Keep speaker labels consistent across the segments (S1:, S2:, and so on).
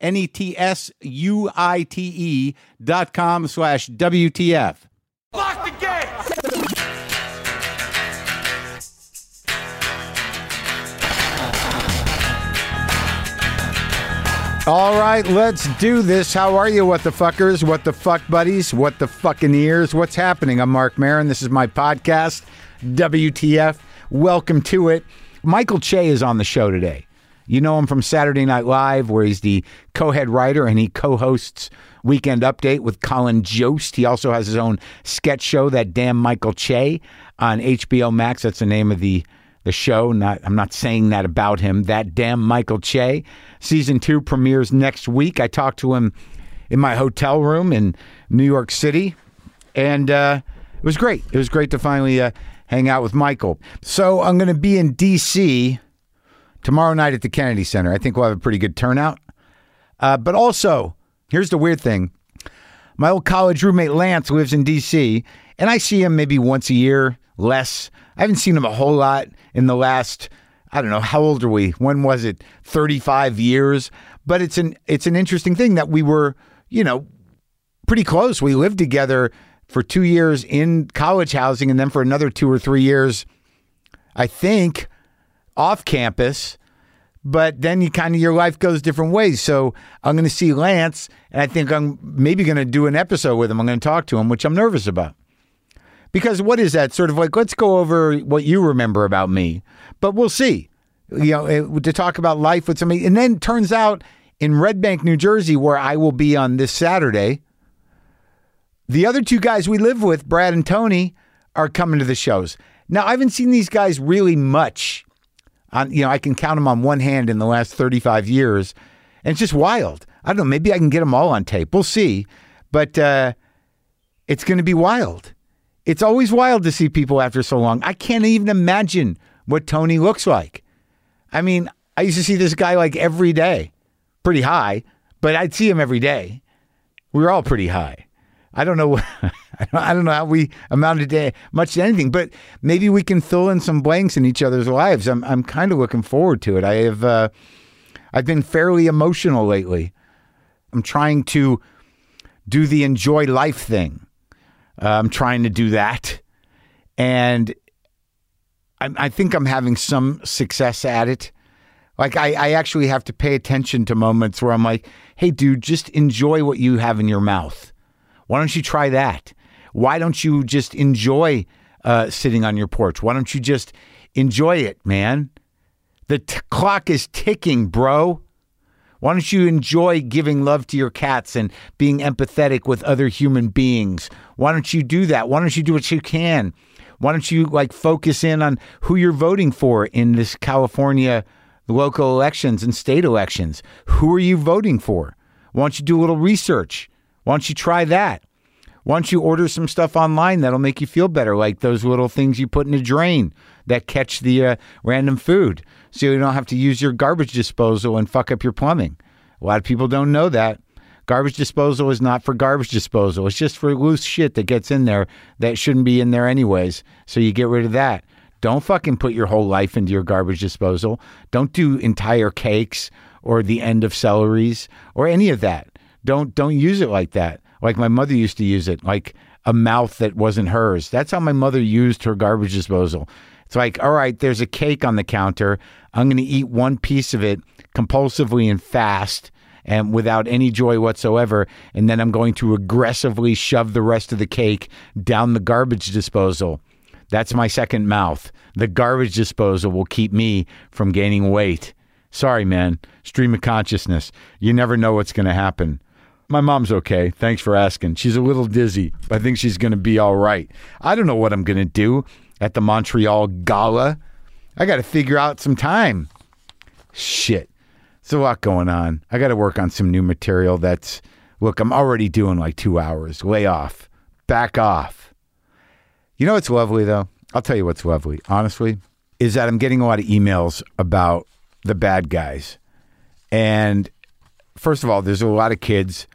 S1: N E T S U I T E dot com slash WTF.
S2: Lock the gate!
S1: All right, let's do this. How are you, what the fuckers? What the fuck buddies? What the fucking ears? What's happening? I'm Mark Marin. This is my podcast, WTF. Welcome to it. Michael Che is on the show today. You know him from Saturday Night Live, where he's the co head writer and he co hosts Weekend Update with Colin Jost. He also has his own sketch show, That Damn Michael Che, on HBO Max. That's the name of the the show. Not, I'm not saying that about him. That damn Michael Che. Season two premieres next week. I talked to him in my hotel room in New York City, and uh, it was great. It was great to finally uh, hang out with Michael. So I'm going to be in D.C. tomorrow night at the Kennedy Center. I think we'll have a pretty good turnout. Uh, but also, here's the weird thing. My old college roommate Lance lives in DC, and I see him maybe once a year, less. I haven't seen him a whole lot in the last, I don't know, how old are we? When was it? 35 years. But it's an it's an interesting thing that we were, you know, pretty close. We lived together for 2 years in college housing and then for another 2 or 3 years I think off campus but then you kind of your life goes different ways. So I'm going to see Lance, and I think I'm maybe going to do an episode with him. I'm going to talk to him, which I'm nervous about. Because what is that? Sort of like, let's go over what you remember about me, but we'll see. You know, it, to talk about life with somebody. And then turns out in Red Bank, New Jersey, where I will be on this Saturday, the other two guys we live with, Brad and Tony, are coming to the shows. Now, I haven't seen these guys really much on you know I can count them on one hand in the last 35 years, and it's just wild. I don't know. Maybe I can get them all on tape. We'll see, but uh, it's going to be wild. It's always wild to see people after so long. I can't even imagine what Tony looks like. I mean, I used to see this guy like every day, pretty high, but I'd see him every day. We were all pretty high. I don't know. I don't- I don't know how we amounted to much to anything, but maybe we can fill in some blanks in each other's lives. I'm I'm kind of looking forward to it. I have uh, I've been fairly emotional lately. I'm trying to do the enjoy life thing. Uh, I'm trying to do that, and I, I think I'm having some success at it. Like I, I actually have to pay attention to moments where I'm like, hey, dude, just enjoy what you have in your mouth. Why don't you try that? Why don't you just enjoy uh, sitting on your porch? Why don't you just enjoy it, man? The t- clock is ticking, bro. Why don't you enjoy giving love to your cats and being empathetic with other human beings? Why don't you do that? Why don't you do what you can? Why don't you like focus in on who you're voting for in this California local elections and state elections? Who are you voting for? Why don't you do a little research? Why don't you try that? Why don't you order some stuff online that'll make you feel better, like those little things you put in a drain that catch the uh, random food, so you don't have to use your garbage disposal and fuck up your plumbing. A lot of people don't know that. Garbage disposal is not for garbage disposal. It's just for loose shit that gets in there that shouldn't be in there anyways. So you get rid of that. Don't fucking put your whole life into your garbage disposal. Don't do entire cakes or the end of celeries or any of that. Don't don't use it like that. Like my mother used to use it, like a mouth that wasn't hers. That's how my mother used her garbage disposal. It's like, all right, there's a cake on the counter. I'm going to eat one piece of it compulsively and fast and without any joy whatsoever. And then I'm going to aggressively shove the rest of the cake down the garbage disposal. That's my second mouth. The garbage disposal will keep me from gaining weight. Sorry, man. Stream of consciousness. You never know what's going to happen. My mom's okay. Thanks for asking. She's a little dizzy, but I think she's going to be all right. I don't know what I'm going to do at the Montreal Gala. I got to figure out some time. Shit. There's a lot going on. I got to work on some new material that's, look, I'm already doing like two hours. Lay off. Back off. You know what's lovely though? I'll tell you what's lovely, honestly, is that I'm getting a lot of emails about the bad guys. And first of all, there's a lot of kids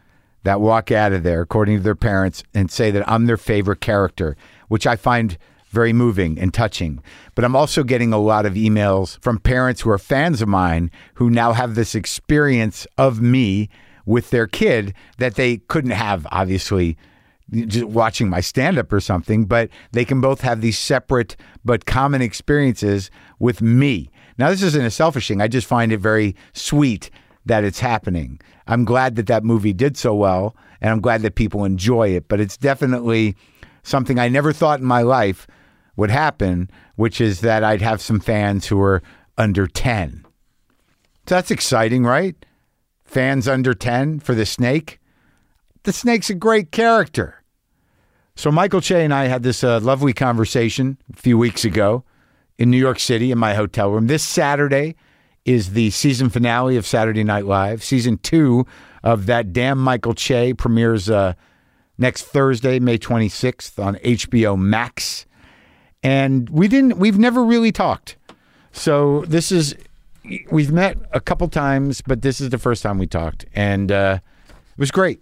S1: that walk out of there, according to their parents, and say that I'm their favorite character, which I find very moving and touching. But I'm also getting a lot of emails from parents who are fans of mine who now have this experience of me with their kid that they couldn't have, obviously, just watching my stand up or something, but they can both have these separate but common experiences with me. Now, this isn't a selfish thing. I just find it very sweet that it's happening. I'm glad that that movie did so well, and I'm glad that people enjoy it, but it's definitely something I never thought in my life would happen, which is that I'd have some fans who are under 10. So that's exciting, right? Fans under 10 for the snake the snake's a great character. So Michael Che and I had this uh, lovely conversation a few weeks ago in New York City in my hotel room. This Saturday is the season finale of Saturday Night Live. Season two of that damn Michael Che premieres uh, next Thursday, May 26th on HBO Max. And we didn't. We've never really talked. So this is. We've met a couple times, but this is the first time we talked, and uh, it was great.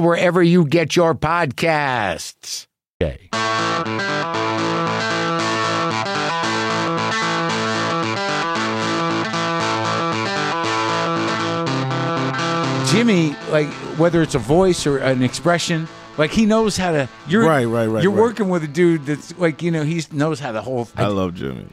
S1: wherever you get your podcasts. Okay. Jimmy, like whether it's a voice or an expression, like he knows how to. You're,
S3: Right, right, right,
S1: You're
S3: right.
S1: working with a dude that's like you know he knows how the whole.
S3: I love Jimmy.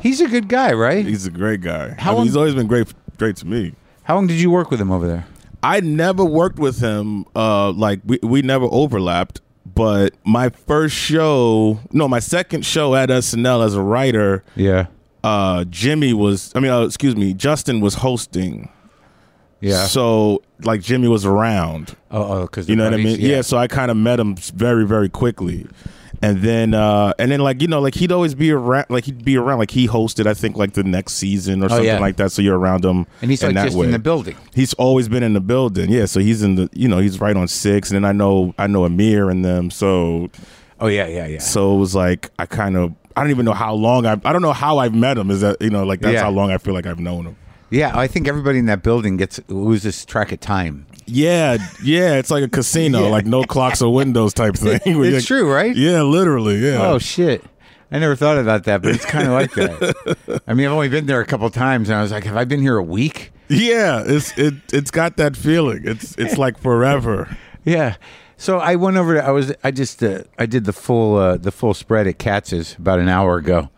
S1: he's a good guy, right?
S3: He's a great guy.
S1: How
S3: I mean,
S1: long-
S3: he's always been great, great to me.
S1: How long did you work with him over there?
S3: I never worked with him. Uh, like we, we never overlapped. But my first show, no, my second show at SNL as a writer,
S1: Yeah,
S3: uh, Jimmy was. I mean, uh, excuse me, Justin was hosting.
S1: yeah.
S3: So like Jimmy was around.
S1: oh, because
S3: You know what I mean? Yeah. so I kind of met him s- very, very quickly, and then, uh and then, like you know, like he'd always be around. Like he'd be around. Like he hosted, I think, like the next season or something
S1: Oh, yeah.
S3: like that. So you're around him,
S1: And he's
S3: in
S1: like
S3: that
S1: just
S3: way.
S1: in the building.
S3: He's always been in the building. Yeah. So he's in the. You know, he's right on six, and then I know, I know Amir and them. So,
S1: Oh yeah, yeah, yeah.
S3: so it was like I kind of. I don't even know how long I. I don't know how I've met him. Is that you know like that's
S1: Yeah.
S3: how long I feel like I've known him.
S1: Yeah, I think everybody in that building gets loses track of time.
S3: Yeah, yeah, it's like a casino,
S1: Yeah.
S3: like no clocks or windows type thing. It's
S1: It's true, right?
S3: Yeah, literally. Yeah.
S1: Oh shit. I never thought about that, but it's kind of like that. I mean, I've only been there a couple times, and I was like, "Have I been here a week?"
S3: yeah, it's it it's got that feeling. It's it's like forever.
S1: Yeah. So I went over. To, I was. I just. Uh, I did the full. Uh, the full spread at Katz's about an hour ago.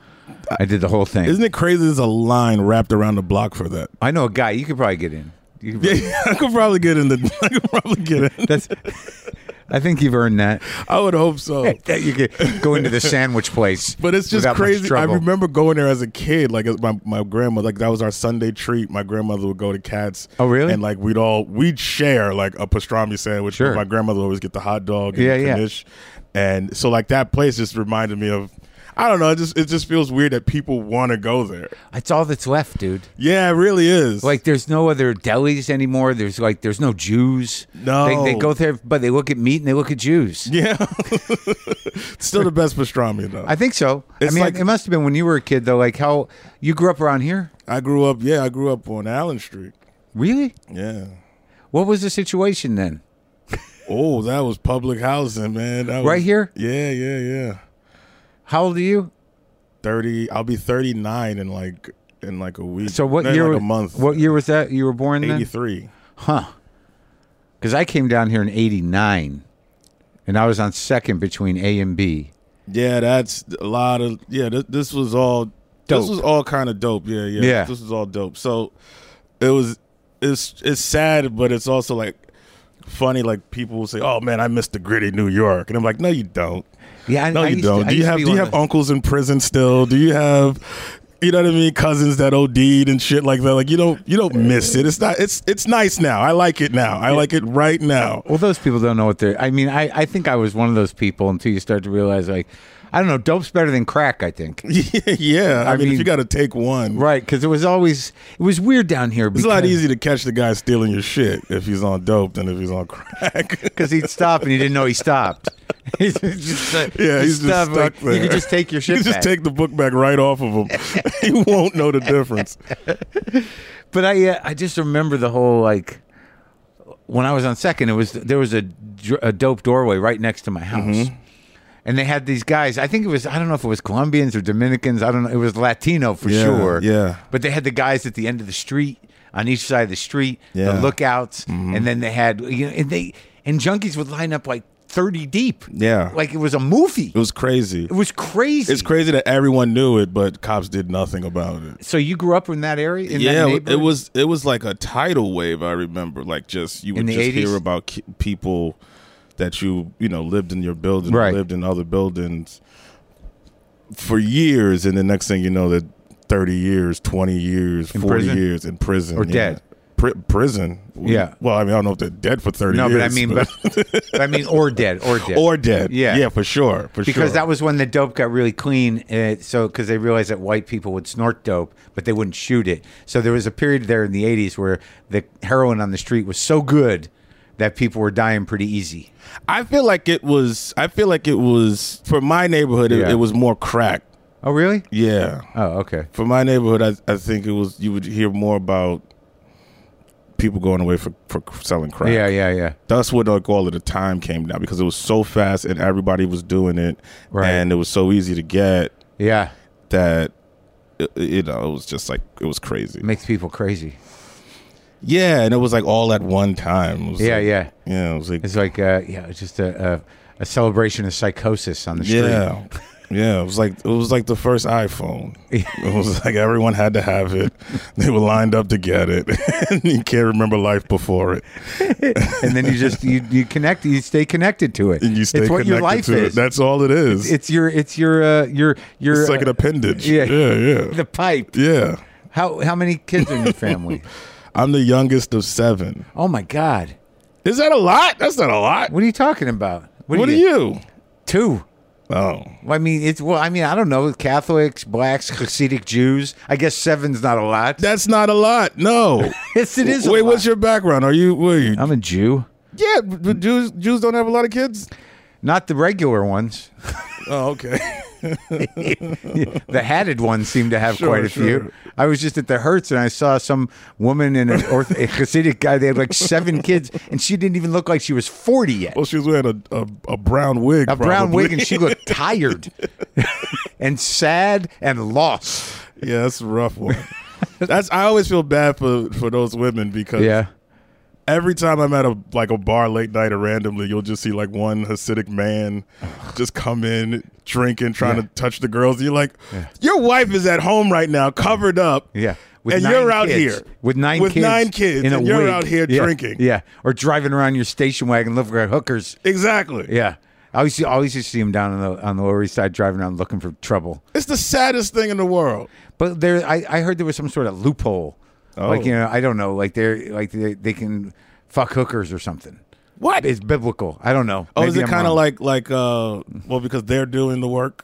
S1: I did the whole thing.
S3: Isn't it crazy? There's a line wrapped around the block for that.
S1: I know a guy. You could probably get in. You could
S3: Yeah, I could probably get in the. I could probably get in.
S1: That's
S4: I think you've earned that.
S3: I would hope so.
S4: That you could go into the sandwich place.
S3: But it's just
S4: without much
S3: crazy. I
S4: trouble.
S3: remember going there as a kid. Like as my my grandmother, like that was our Sunday treat. My grandmother would go to Cats.
S4: Oh, really?
S3: And like we'd all we'd share like a pastrami sandwich.
S4: Sure.
S3: My grandmother would always get the hot dog. And
S4: Yeah,
S3: the
S4: yeah.
S3: knish. And so like that place just reminded me of. I don't know. It just it just feels weird that people want to go there.
S4: That's all that's left, dude.
S3: Yeah, it really is.
S4: Like there's no other delis anymore. There's like there's no Jews.
S3: No.
S4: they, they go there, but they look at meat and they look at Jews.
S3: yeah, still the best pastrami though.
S4: I think so. I
S3: It's
S4: mean,
S3: like-
S4: it must have been when you were a kid, though. Like how you grew up around here,
S3: I grew up. Yeah, I grew up on Allen Street.
S4: really?
S3: Yeah.
S4: What was the situation then?
S3: Oh, that was public housing, man. That was-
S4: Right here?
S3: Yeah, yeah, yeah.
S4: How old are you?
S3: 30 i'll be 39 in like in like a week
S4: So what
S3: No, in
S4: year?
S3: like a month
S4: What year was that? You were born then?
S3: 83
S4: Because I came down here in '89, and I was on second between A and B.
S3: yeah that's a lot of yeah this, this was all
S4: Dope.
S3: this was all kind of dope yeah, yeah
S4: Yeah.
S3: this was all dope so it was it's it's sad but it's also like funny like people will say oh man i miss the gritty new york and i'm like no you don't
S4: Yeah, I,
S3: no
S4: I
S3: you
S4: used to-
S3: don't
S4: I
S3: do you
S4: used to
S3: have
S4: be
S3: do you
S4: one of
S3: have
S4: the-
S3: uncles in prison still do you have you know what I mean? Cousins that OD'd and shit like that. Like you don't, you don't miss it. It's not. It's it's nice now. I like it now. I like it right now.
S4: Well, those people don't know what they're. I mean, I, I think I was one of those people until you start to realize, like, I don't know, dope's better than crack, I think.
S3: yeah, I,
S4: I
S3: mean,
S4: mean-
S3: if you got to take one,
S4: Right. Because it was always, it was weird down here.
S3: it's a lot easier to catch the guy stealing your shit if he's on dope than if he's on crack.
S4: Because he'd stop and he didn't know he stopped. He's just, uh,
S3: yeah, he's just
S4: stuff,
S3: stuck
S4: like,
S3: there.
S4: You could just take your shit
S3: You could
S4: back.
S3: just take the book back right off of him. he won't know the difference.
S4: But I, uh, I just remember the whole like when I was on second, it was there was a, dr- a dope doorway right next to my house,
S3: Mm-hmm.
S4: and they had these guys. I think it was I don't know if it was Colombians or Dominicans. I don't know. It was Latino for
S3: Yeah,
S4: sure.
S3: yeah.
S4: But they had the guys at the end of the street on each side of the street,
S3: Yeah. Mm-hmm.
S4: the lookouts, and then they had you know and they and junkies would line up like thirty deep.
S3: Yeah.
S4: like it was a movie.
S3: It was crazy.
S4: It was crazy.
S3: It's crazy that everyone knew it, but cops did nothing about it.
S4: So you grew up in that area? In
S3: yeah,
S4: that
S3: it- it
S4: neighborhood?
S3: was it was like a tidal wave. I remember, like just you would
S4: In the
S3: just
S4: 80s?
S3: hear about ki- people that you you know lived in your building,
S4: Right.
S3: lived in other buildings for years, and the next thing you know, that thirty years, twenty years, forty
S4: prison?
S3: years in prison
S4: Or
S3: yeah.
S4: dead?
S3: Pri- prison.
S4: Yeah.
S3: Well, I mean, I don't know if they're dead for thirty
S4: No,
S3: years.
S4: but I mean, but, but I mean, or dead, or dead,
S3: or dead.
S4: Yeah.
S3: Yeah, for sure. For
S4: because
S3: sure.
S4: that was when the dope got really clean. Uh, so because they realized that white people would snort dope, but they wouldn't shoot it. So there was a period there in the '80s where the heroin on the street was so good that people were dying pretty easy.
S3: I feel like it was. I feel like it was for my neighborhood. It,
S4: Yeah.
S3: it was more crack.
S4: Oh, really?
S3: Yeah.
S4: Oh, okay.
S3: for my neighborhood, I, I think it was you would hear more about people going away for, for selling crack.
S4: Yeah, yeah, yeah.
S3: That's what like all of the time came down because it was so fast and everybody was doing it,
S4: Right.
S3: and it was so easy to get
S4: Yeah,
S3: that uh, you know it was just like it was crazy.
S4: it makes people crazy.
S3: Yeah, and it was like all at one time. It was
S4: Yeah,
S3: like-
S4: yeah.
S3: yeah. It was like
S4: It's like, uh, yeah, it's just a, a a celebration of psychosis on the street.
S3: yeah, yeah. It was like it was like the first iPhone. It was like everyone had to have it. They were lined up to get it, and you can't remember life before it.
S4: and then you just you, you connect, you stay connected to it.
S3: and you stay
S4: it's what
S3: connected
S4: your life
S3: to
S4: is.
S3: it. That's all it is. It's,
S4: it's your it's your uh, your your
S3: like an
S4: uh,
S3: appendage.
S4: yeah.
S3: Yeah, yeah, yeah.
S4: the pipe. How how many kids are in your family?
S3: I'm the youngest of seven.
S4: oh my God!
S3: Is that a lot? That's not a lot. What,
S4: What are you talking about? What,
S3: are you?
S4: Two.
S3: Oh,
S4: Well, I mean, it's well. I mean, I don't know. Catholics, blacks, Hasidic Jews. I guess seven's not a lot.
S3: that's not a lot. No.
S4: Yes, it is. a
S3: Wait,
S4: lot.
S3: what's your background? Are you? Were you?
S4: I'm a Jew,
S3: yeah, but Jews Jews don't have a lot of kids.
S4: not the regular ones.
S3: Oh, okay.
S4: the hatted ones seem to have
S3: Sure,
S4: quite a few.
S3: sure.
S4: I was just at the Hertz and I saw some woman and an orth- a Hasidic guy. They had like seven kids, and she didn't even look like she was forty yet.
S3: well, she was wearing a a, a brown wig.
S4: a brown
S3: probably.
S4: wig, and she looked tired and sad and lost.
S3: yeah, that's a rough one. That's I always feel bad for for those women because every time I'm at a like a bar late night or randomly, you'll just see like one Hasidic man just come in drinking, trying to touch the girls. You're like, your wife is at home right now, covered up.
S4: Yeah. with
S3: And
S4: nine
S3: you're out
S4: kids-
S3: here
S4: with nine
S3: with
S4: kids,
S3: nine kids,
S4: in a
S3: and you're
S4: wig.
S3: out here
S4: Yeah,
S3: drinking.
S4: yeah, or driving around your station wagon looking for hookers,
S3: Exactly.
S4: yeah. I always always used to see him down on the on the Lower East Side driving around looking for trouble.
S3: It's the saddest thing in the world.
S4: But there, I, I heard there was some sort of loophole. Like
S3: Oh.
S4: you know, I don't know. Like they're like they, they can fuck hookers or something.
S3: What?
S4: It's biblical. I don't know.
S3: Oh, is
S4: Maybe
S3: it
S4: I'm
S3: kind of
S4: wrong.
S3: like like uh well because they're doing the work?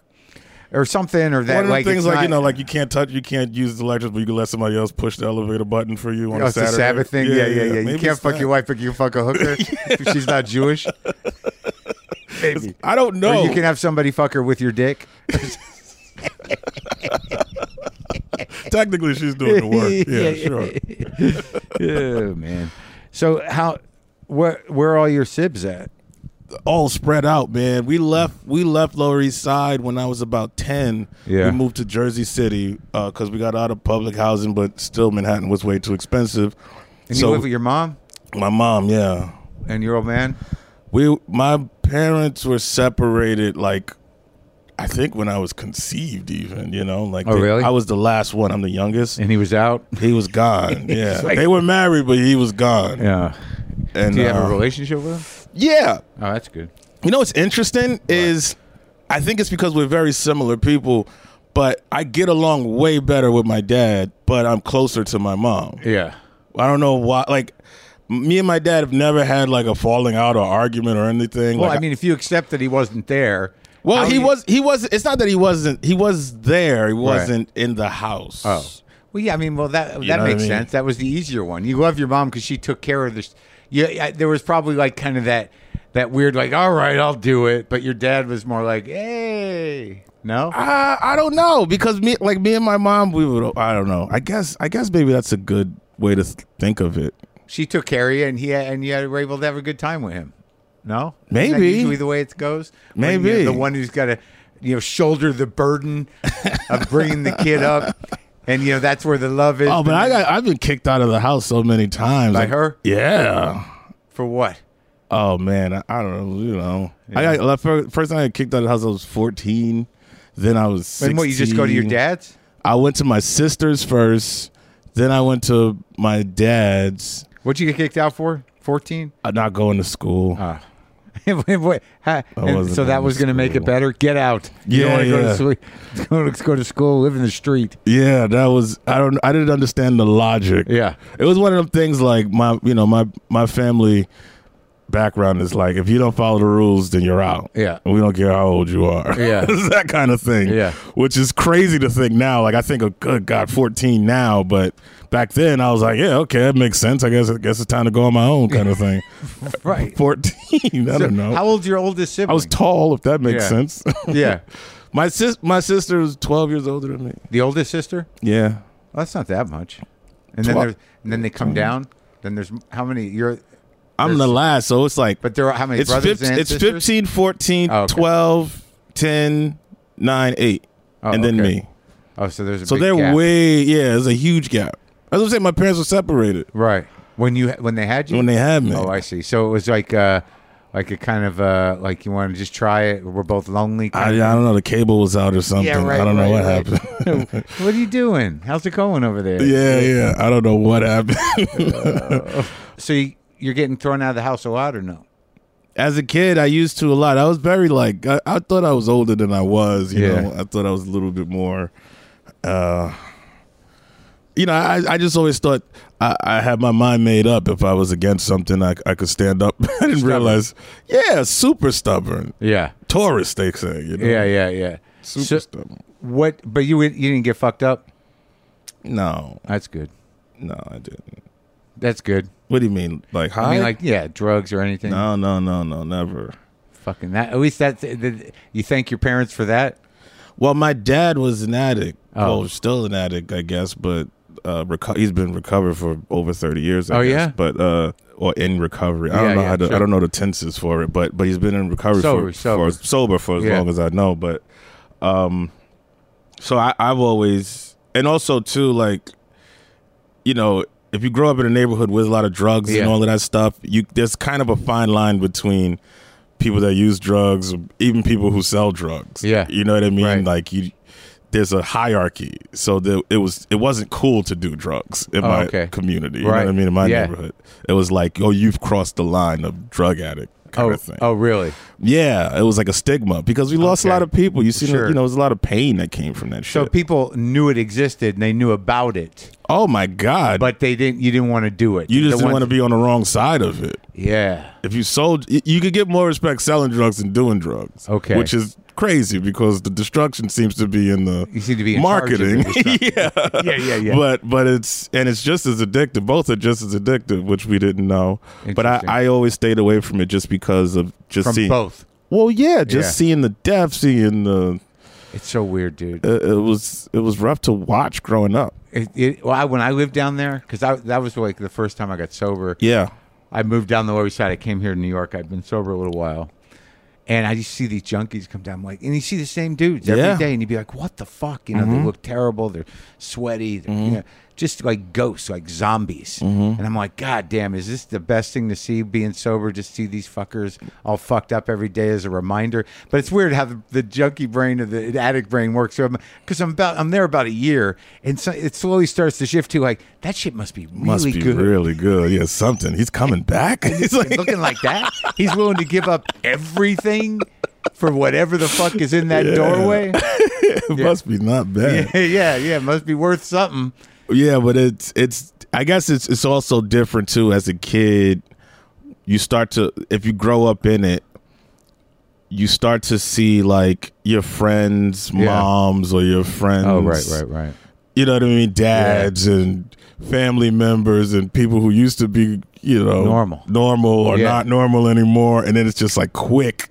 S4: or something or that
S3: One of the
S4: like
S3: things
S4: it's
S3: like you
S4: not-
S3: know like you can't touch you can't use the electric, but you can let somebody else push the elevator button for you on
S4: Oh,
S3: a
S4: it's the
S3: Saturday.
S4: Sabbath thing. Yeah, yeah, yeah. You
S3: Maybe
S4: can't
S3: it's
S4: fuck
S3: that.
S4: your wife, but you can fuck a hooker if she's not Jewish. Maybe.
S3: I don't know.
S4: Or you can have somebody fuck her with your dick.
S3: Technically, she's doing the work. Yeah, sure.
S4: oh man. So how where where are all your sibs at?
S3: all spread out, man. We left we left Lower East Side when I was about ten.
S4: Yeah.
S3: We moved to Jersey City because we got out of public housing, but still Manhattan was way too expensive.
S4: And
S3: so
S4: you live with your mom
S3: my mom, yeah,
S4: and your old man?
S3: we my parents were separated like. I think when I was conceived, even you know, like
S4: Oh,
S3: they-
S4: really?
S3: I was the last one. I'm the youngest.
S4: And he was out.
S3: He was gone. Yeah,
S4: like-
S3: they were married, but he was gone.
S4: Yeah.
S3: And
S4: Do you have
S3: uh,
S4: a relationship with him?
S3: Yeah,
S4: Oh, that's good.
S3: You know what's interesting is I think it's because we're very similar people, but I get along way better with my dad, but I'm closer to my mom.
S4: Yeah.
S3: I don't know why like me and my dad have never had like a falling out or argument or anything.
S4: Well,
S3: Like,
S4: I mean, if you accept that he wasn't there.
S3: well,
S4: how
S3: he
S4: you-
S3: was he was it's not that he wasn't he was there, he wasn't in the house.
S4: Oh. Well, yeah, I mean, well, that
S3: know
S4: that
S3: what I
S4: makes
S3: mean?
S4: sense. That was the easier one. You love your mom because she took care of this. Yeah, I- there was probably like kind of that that weird, like, all right, I'll do it. But your dad was more like, hey, no,
S3: Uh, I don't know because me like me and my mom we would I don't know. I guess I guess maybe that's a good way to th- think of it.
S4: she took care of you, and he and you were able to have a good time with him. No, Isn't that
S3: Maybe.
S4: usually the way it goes. When you're
S3: Maybe.
S4: the one who's got to you know shoulder the burden of bringing the kid up, and you know that's where the love is.
S3: Oh, but I
S4: then-
S3: got I've been kicked out of the house so many times.
S4: By
S3: Like,
S4: her?
S3: Yeah.
S4: for what?
S3: Oh man, I, I don't know. You know, I got fir- first time I got kicked out of the house. I was fourteen. Then I was. 16.
S4: And what you just go to your dad's?
S3: I went to my sister's first. Then I went to my dad's.
S4: What'd you get kicked out for? Fourteen.
S3: I'm not going to school.
S4: Oh. Wait, wait, hi. And
S3: wasn't
S4: so that
S3: going
S4: was
S3: to
S4: going to make it
S3: school.
S4: better. Get out. You
S3: Yeah,
S4: don't
S3: yeah.
S4: want to go to school. Go to school. Live in the street.
S3: yeah, that was. I don't. I didn't understand the logic.
S4: Yeah.
S3: it was one of them things. Like my, you know, my my family background is like, if you don't follow the rules, then you're out.
S4: Yeah.
S3: we don't care how old you are.
S4: Yeah.
S3: It's that kind of thing.
S4: Yeah.
S3: Which is crazy to think now. Like I think of good God, fourteen now, but back then I was like, yeah, okay, that makes sense. I guess I guess it's time to go on my own kind of thing.
S4: Right.
S3: fourteen. I
S4: So
S3: don't know.
S4: How old's your oldest sibling?
S3: I was tall, if that makes
S4: Yeah.
S3: sense.
S4: yeah,
S3: my sis my sister was twelve years older than me.
S4: the oldest sister.
S3: Yeah.
S4: Well, that's not that much. And then
S3: Twelve-
S4: there's, and then they come down. Then there's how many? You're
S3: I'm the last, so it's like
S4: but there are how many
S3: it's
S4: brothers
S3: 15,
S4: and
S3: it's
S4: sisters?
S3: 15 14
S4: Oh, okay.
S3: 12 10 9 8
S4: Oh,
S3: and then
S4: okay.
S3: me
S4: Oh, so there's a
S3: so
S4: big
S3: they're
S4: gap.
S3: way yeah it's a huge gap that's what i'm saying my parents were separated
S4: right when you when they had you
S3: when they had me
S4: Oh, I see. So it was like uh like a kind of uh like you want to just try it. We're both lonely.
S3: I,
S4: kind
S3: I
S4: of-
S3: don't know the cable was out or something
S4: right,
S3: i don't know what
S4: right,
S3: happened
S4: what are you doing? How's it going over there?
S3: yeah yeah i don't know what happened
S4: So you, you're getting thrown out of the house a lot or no?
S3: as a kid i used to a lot i was very like i, I thought i was older than i was you
S4: Yeah.
S3: know i thought i was a little bit more uh you know i, I just always thought I, I had my mind made up if i was against something i, I could stand up i didn't
S4: Stubborn.
S3: realize yeah super stubborn
S4: Yeah.
S3: taurus they say you know
S4: Yeah, yeah, yeah.
S3: super
S4: So
S3: stubborn
S4: what? But you would- you didn't get fucked up.
S3: no
S4: That's good.
S3: no i didn't
S4: That's good.
S3: what do you mean like high?
S4: I mean, like yeah, drugs or anything.
S3: no no no no never
S4: Fucking that. At least that's the, you thank your parents for that.
S3: Well, my dad was an addict.
S4: Oh.
S3: Well, still an addict, I guess, but uh, reco- he's been recovered for over thirty years. I
S4: Oh,
S3: guess.
S4: yeah?
S3: but uh, or in recovery. I
S4: Yeah,
S3: don't know
S4: yeah,
S3: how to,
S4: sure.
S3: I don't know the tenses for it, but but he's been in recovery for,
S4: Sober, sober.
S3: for sober for as
S4: Yeah.
S3: long as I know. But um, so I, I've always and also too like, you know. If you grow up in a neighborhood with a lot of drugs
S4: Yeah.
S3: and all of that stuff, you there's kind of a fine line between people that use drugs, even people who sell drugs.
S4: Yeah.
S3: you know what I mean.
S4: Right.
S3: Like you, there's a hierarchy, so the, it was it wasn't cool to do drugs in
S4: Oh,
S3: my
S4: okay.
S3: community. You
S4: Right.
S3: know what I mean? In my
S4: Yeah.
S3: neighborhood, it was like, oh, you've crossed the line of drug addict kind
S4: Oh,
S3: of thing.
S4: oh, really?
S3: Yeah, it was like a stigma because we lost
S4: Okay.
S3: a lot of people. You see,
S4: Sure.
S3: you know, there's a lot of pain that came from that
S4: So
S3: shit.
S4: people knew it existed and they knew about it,
S3: oh my god,
S4: but they didn't. You didn't want to do it.
S3: you
S4: The
S3: just didn't
S4: ones-
S3: want to be on the wrong side of it.
S4: Yeah.
S3: If you sold, y- you could get more respect selling drugs than doing drugs.
S4: Okay.
S3: which is crazy because the destruction seems to be in the
S4: You seem to be in charge of the
S3: marketing. yeah,
S4: Yeah, yeah, yeah.
S3: But but it's and it's just as addictive. Both are just as addictive, which we didn't know. But I,
S4: Interesting.
S3: I always stayed away from it just because of just
S4: From
S3: seeing.
S4: both.
S3: Well, yeah, just
S4: Yeah.
S3: seeing the death, seeing the
S4: It's so weird, dude.
S3: it, it was it was rough to watch growing up.
S4: It, it, well, I, when I lived down there, because that was like the first time I got sober.
S3: Yeah.
S4: I moved down the Lower East Side. I came here to New York. I've been sober a little while. And I just see these junkies come down, like, and you see the same dudes every day,
S3: Yeah. Mm-hmm.
S4: and you'd be like, "What the fuck?" You know, they look terrible, they're sweaty, they're, you know, just like ghosts, like zombies.
S3: Mm-hmm.
S4: And I'm like, "God damn, is this the best thing to see? Being sober, just see these fuckers all fucked up every day as a reminder." But it's weird how the, the junkie brain or the addict brain works. So, because I'm about, I'm there about a year, and so it slowly starts to shift to like that shit must be really
S3: Must be
S4: good
S3: really good. Yeah, something. He's coming back. He's like,
S4: looking like that. He's willing to give up everything for whatever the fuck is in that doorway.
S3: it must be not bad.
S4: Yeah, yeah, yeah. Must be worth something.
S3: Yeah, but it's it's I guess it's it's also different too as a kid. You start to if you grow up in it, you start to see like your friends'
S4: Yeah.
S3: moms or your friends
S4: Oh, right.
S3: you know what I mean, dads and family members and people who used to be, you know,
S4: Normal.
S3: normal or
S4: Yeah.
S3: not normal anymore. And then it's just like quick,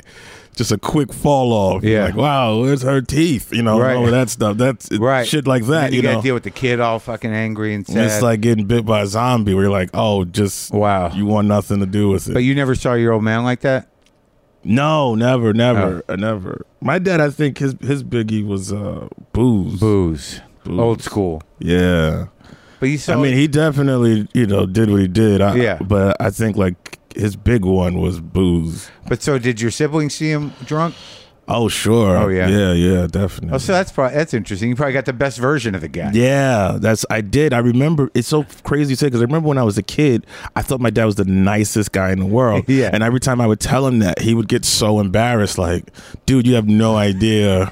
S3: just a quick fall off. You're
S4: Yeah.
S3: Like, wow, where's her teeth? You know,
S4: Right.
S3: and all of that stuff. That's it-
S4: Right.
S3: shit like that,
S4: And you,
S3: you,
S4: gotta
S3: know.
S4: deal with the kid all fucking angry and
S3: And
S4: sad.
S3: It's like getting bit by a zombie where you're like, oh, just,
S4: Wow.
S3: you want nothing to do with it.
S4: but you never saw your old man like that.
S3: no, never, never,
S4: Oh.
S3: uh, never. My dad, I think his, his biggie was uh, booze.
S4: Booze.
S3: Booze.
S4: old school.
S3: Yeah.
S4: But you saw.
S3: I mean, he definitely, you know, did what he did. I,
S4: Yeah.
S3: But I think like his big one was booze.
S4: but so did your siblings see him drunk?
S3: Oh sure.
S4: Oh, yeah.
S3: Yeah, yeah, definitely.
S4: Oh, so that's probably that's interesting. You probably got the best version of the guy.
S3: yeah, that's I did. I remember it's so crazy to say because I remember when I was a kid, I thought my dad was the nicest guy in the world.
S4: Yeah.
S3: And every time I would tell him that, he would get so embarrassed, like, dude, you have no idea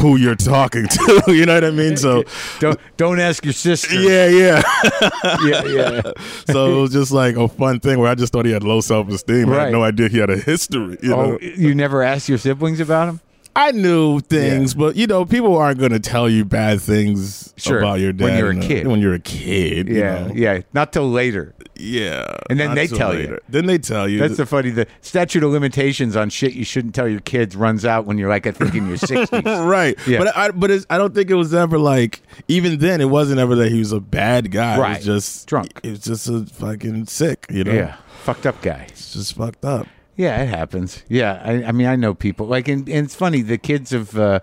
S3: who you're talking to. you know what I mean? So
S4: Don't don't ask your sister.
S3: yeah, yeah.
S4: yeah, yeah.
S3: So it was just like a fun thing where I just thought he had low self esteem. I
S4: Right.
S3: had no idea he had a history. You know?
S4: Oh, you never asked your siblings about him.
S3: I knew things, but you know, people aren't going to tell you bad things
S4: Sure,
S3: about your dad
S4: when you're a
S3: and, uh,
S4: kid.
S3: When you're a kid, you
S4: Yeah,
S3: know?
S4: yeah. Not till later.
S3: yeah.
S4: And then
S3: Not
S4: they
S3: till
S4: tell you.
S3: Then they tell you.
S4: That's the funny. The statute of limitations on shit you shouldn't tell your kids runs out when you're like, I think in your sixties.
S3: right.
S4: Yeah.
S3: But I, but it's, I don't think it was ever like. Even then, it wasn't ever that he was a bad guy. It
S4: Right.
S3: was just
S4: Drunk.
S3: It was just a fucking sick. You know.
S4: yeah, fucked up guy.
S3: It's just fucked up.
S4: Yeah, it happens. Yeah, I, I mean, I know people like, and, and it's funny. The kids of uh,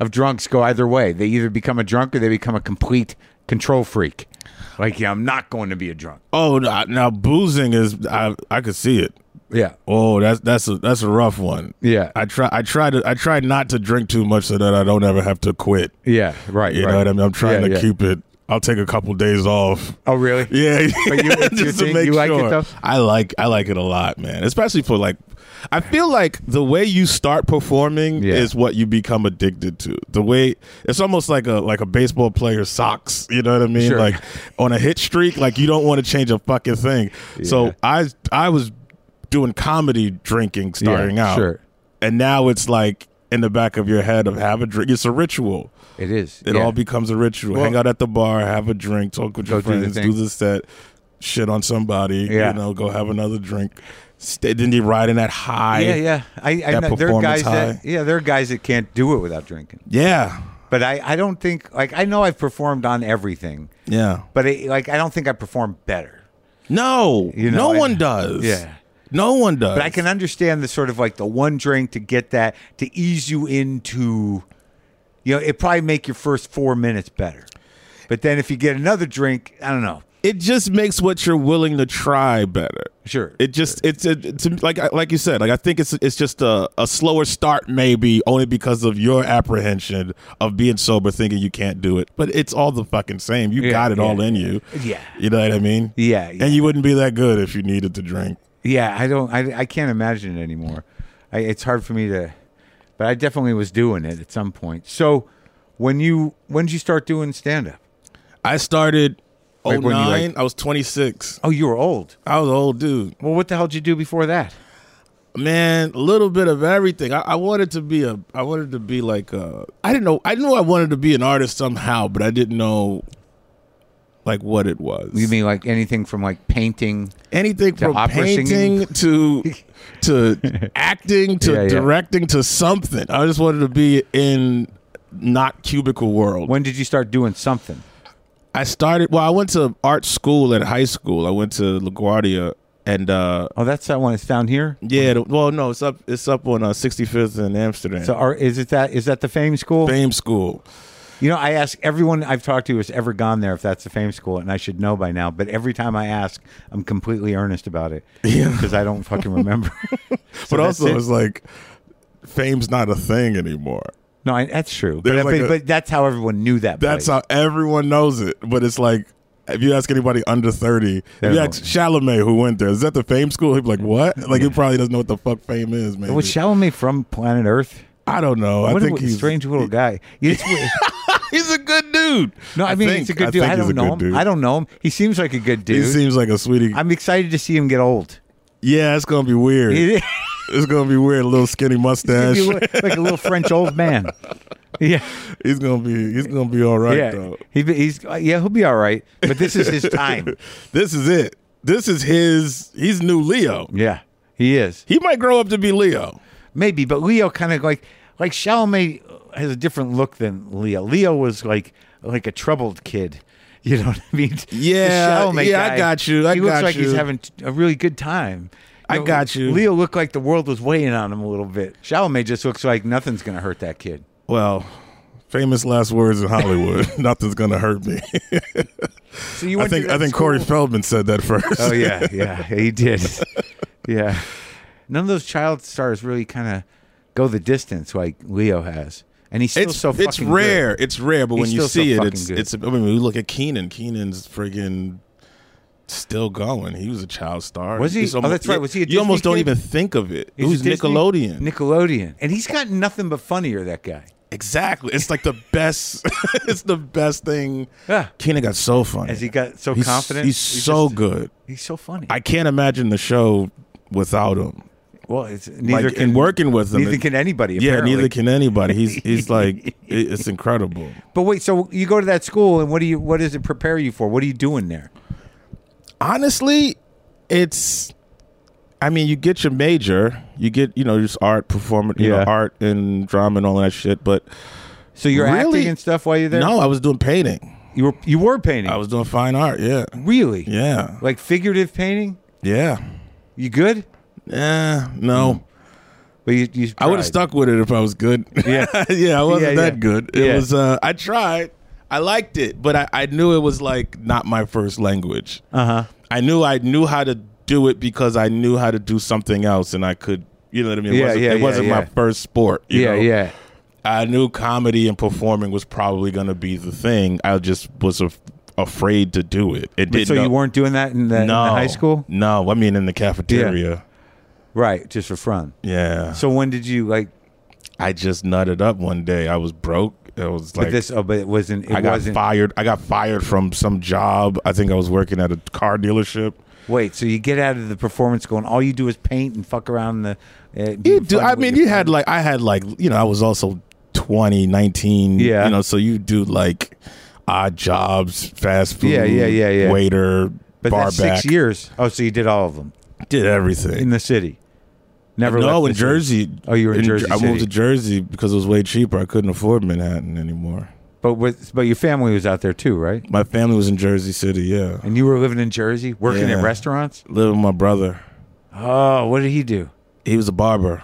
S4: of drunks go either way. They either become a drunk or they become a complete control freak. Like, yeah, I'm not going to be a drunk.
S3: Oh, now, now boozing is. I I could see it.
S4: Yeah,
S3: Oh, that's that's a that's a rough one.
S4: Yeah.
S3: I try I try to I try not to drink too much so that I don't ever have to quit.
S4: yeah, right.
S3: You
S4: right.
S3: know what I mean? I'm trying
S4: Yeah,
S3: to
S4: yeah.
S3: keep it. I'll take a couple days off.
S4: Oh, really?
S3: Yeah,
S4: But you- it's your thing? You like it, though?
S3: I like I like it a lot, man. Especially for like, I feel like the way you start performing
S4: Yeah.
S3: is what you become addicted to. The way it's almost like a like a baseball player's socks. You know what I mean?
S4: Sure.
S3: Like on a hit streak, like you don't want to change a fucking thing.
S4: Yeah.
S3: So I I was doing comedy drinking starting out,
S4: sure.
S3: and now it's like in the back of your head of have a drink. It's a ritual.
S4: It is.
S3: It
S4: yeah.
S3: all becomes a ritual.
S4: Well-
S3: Hang out at the bar, have a drink, talk with your
S4: Go do the
S3: friends,
S4: thing.
S3: do the set, shit on somebody,
S4: Yeah.
S3: you know, go have another drink. Stay, then you ride in that high.
S4: Yeah, yeah. I, I
S3: That
S4: know, there are
S3: performance
S4: guys that
S3: high.
S4: yeah, there are guys that can't do it without drinking.
S3: Yeah.
S4: But I, I don't think like I know I've performed on everything,
S3: Yeah.
S4: but it, like I don't think I perform better.
S3: No.
S4: You know,
S3: no
S4: I-
S3: one does.
S4: Yeah.
S3: No one does.
S4: But I can understand the sort of like the one drink to get that to ease you into, you know, it probably make your first four minutes better. But then if you get another drink, I don't know.
S3: it just makes what you're willing to try better.
S4: Sure.
S3: It just it's a, to, like I- like you said. Like I think it's it's just a, a slower start maybe only because of your apprehension of being sober, thinking you can't do it. But it's all the fucking same. You
S4: Yeah,
S3: got it
S4: yeah.
S3: all in you.
S4: Yeah.
S3: You know what I mean?
S4: Yeah, yeah.
S3: And you wouldn't be that good if you needed to drink.
S4: Yeah, I don't. I, I can't imagine it anymore. I, it's hard for me to, but I definitely was doing it at some point. So, when you when did you start doing stand up?
S3: I started.
S4: Like when you,
S3: 09,
S4: like-
S3: I was 26.
S4: Oh, you were old.
S3: I was an old dude.
S4: Well, what the hell did you do before that?
S3: Man, a little bit of everything. I, I wanted to be a. I wanted to be like a. I didn't know. I knew I wanted to be an artist somehow, but I didn't know, like what it was.
S4: You mean like anything from like painting?
S3: anything from
S4: opera
S3: painting
S4: singing?
S3: to to acting to
S4: Yeah, yeah.
S3: directing to something? I just wanted to be in not cubicle world.
S4: When did you start doing something?
S3: I started. Well, I went to art school at high school. I went to LaGuardia and. uh
S4: Oh, that's that one. It's down here.
S3: Yeah, the, well, no, it's up. It's up on uh, 65th in Amsterdam.
S4: So, are, is it that is that the Fame School?
S3: Fame School.
S4: You know, I ask everyone I've talked to who's ever gone there if that's the Fame School, and I should know by now. But every time I ask, I'm completely earnest about it
S3: Yeah.
S4: because I don't fucking remember.
S3: but
S4: So that's
S3: also,
S4: it.
S3: it's like fame's not a thing anymore.
S4: No, I, that's true. But,
S3: There's like
S4: but,
S3: a-
S4: but that's how everyone knew that.
S3: That's
S4: place.
S3: how everyone knows it. But it's like if you ask anybody under thirty, if
S4: They
S3: you
S4: don't
S3: ask Chalamet who went there, is that the Fame School? He'd be like, "What?" Like he probably doesn't know what the fuck Fame is, man.
S4: was Chalamet from Planet Earth.
S3: I don't know. I
S4: what
S3: think
S4: a
S3: he's
S4: strange little guy. It's weird.
S3: He's a good dude.
S4: no, I mean he's a
S3: think-
S4: good dude.
S3: think
S4: I
S3: he's a
S4: don't know him.
S3: good dude.
S4: I don't know him. He seems like a good
S3: He
S4: dude.
S3: seems like a sweetie.
S4: I'm excited to see him get old.
S3: yeah, it's gonna be weird.
S4: He-
S3: It's gonna be weird. A little skinny mustache.
S4: he look like a little French old man. Yeah,
S3: he's gonna be. He's gonna be all right
S4: yeah.
S3: though.
S4: He, he's uh, yeah, he'll be all right. But this is his time.
S3: This is it. This is his. He's new Leo.
S4: yeah, he is.
S3: He might grow up to be Leo.
S4: Maybe, but Leo kind of like like Chalamet has a different look than Leo. Leo was like like a troubled kid. You know what I mean? The
S3: Yeah,
S4: Chalamet
S3: yeah, I
S4: guy,
S3: got you, I
S4: he looks
S3: got
S4: like he's
S3: you.
S4: having t- a really good time.
S3: I got you.
S4: Leo looked like the world was weighing on him a little bit. Chalamet just looks like nothing's gonna hurt that kid.
S3: Well, famous last words in Hollywood. Nothing's gonna hurt me.
S4: So you
S3: I
S4: went to
S3: think I
S4: that
S3: think Corey
S4: school-
S3: Feldman said that first.
S4: Oh yeah, yeah, he did. yeah, none of those child stars really kind of go the distance like Leo has, and he's still
S3: It's
S4: so fucking
S3: it's
S4: good.
S3: rare. It's rare, but when
S4: He's
S3: you
S4: still so
S3: see it,
S4: fucking
S3: it's
S4: good.
S3: it's. I mean, we look at Keenan. Keenan's friggin' still going. He was a child star.
S4: Was he?
S3: It's
S4: Oh, that's right. Was he a
S3: you
S4: Disney
S3: almost don't
S4: kid?
S3: even think of it.
S4: He's
S3: It was
S4: a Disney-
S3: Nickelodeon.
S4: Nickelodeon. And he's got nothing but funnier, that guy.
S3: exactly. It's like the best. it's the best thing.
S4: Yeah.
S3: Keenan got so funny.
S4: As he got so
S3: He's-
S4: confident.
S3: He's, so
S4: just-
S3: good.
S4: He's so funny.
S3: I can't imagine the show without him.
S4: well, it's, neither
S3: like,
S4: can
S3: and working with him.
S4: Neither
S3: it-
S4: can anybody.
S3: Yeah,
S4: Apparently.
S3: neither can anybody. He's he's like it- it's incredible.
S4: But wait, so you go to that school, and what do you? What does it prepare you for? What are you doing there?
S3: Honestly, it's I mean, you get your major, you get, you know, just art performance, you
S4: Yeah.
S3: know, art and drama and all that shit, but
S4: So you're
S3: Really?
S4: acting and stuff while you're there.
S3: no, I was doing painting.
S4: you were you were painting.
S3: I was doing fine art, yeah.
S4: really
S3: Yeah.
S4: like figurative painting.
S3: Yeah.
S4: You good?
S3: Yeah, no.
S4: But you, you
S3: I would have
S4: tried.
S3: stuck with it if I was good.
S4: Yeah.
S3: yeah, I wasn't
S4: Yeah,
S3: that
S4: yeah.
S3: good. It
S4: Yeah.
S3: was uh I tried. I liked it, but I, I knew it was like not my first language.
S4: Uh-huh.
S3: I knew I knew how to do it because I knew how to do something else and I could you know what I mean? It
S4: Yeah,
S3: wasn't,
S4: yeah,
S3: it
S4: yeah,
S3: wasn't my
S4: yeah.
S3: first sport. you
S4: Yeah,
S3: know?
S4: yeah.
S3: I knew comedy and performing was probably gonna be the thing. I just was af- afraid to do it. It didn't uh,
S4: So you weren't doing that in the, in the
S3: no,
S4: high school,
S3: No, I mean in the cafeteria.
S4: right? Just for fun.
S3: yeah.
S4: So when did you like?
S3: I just nutted up one day. I was broke. It was
S4: But
S3: like
S4: this, oh, but it wasn't. It
S3: I got
S4: wasn't.
S3: fired. I got fired from some job. I think I was working at a car dealership.
S4: Wait, so you get out of the performance school, and all you do is paint and fuck around the. Uh, be
S3: You do.
S4: fun
S3: I
S4: with
S3: mean,
S4: your
S3: you had like I had like you know I was also 20, 19.
S4: Yeah.
S3: You know, so you do like odd jobs, fast food.
S4: Yeah, yeah, yeah, yeah.
S3: Waiter,
S4: but
S3: bar
S4: that's
S3: back.
S4: six years. Oh, so you did all of them
S3: Did
S4: in
S3: everything.
S4: the city. Never.
S3: no,
S4: left
S3: in
S4: the city.
S3: Jersey.
S4: Oh, you were in Jersey
S3: I
S4: City.
S3: moved to Jersey because it was way cheaper. I couldn't afford Manhattan anymore.
S4: But with, but your family was out there too, right?
S3: My family was in Jersey City. Yeah,
S4: And you were living in Jersey, working
S3: Yeah.
S4: at restaurants.
S3: living with my brother.
S4: Oh, what did he do?
S3: He was a barber.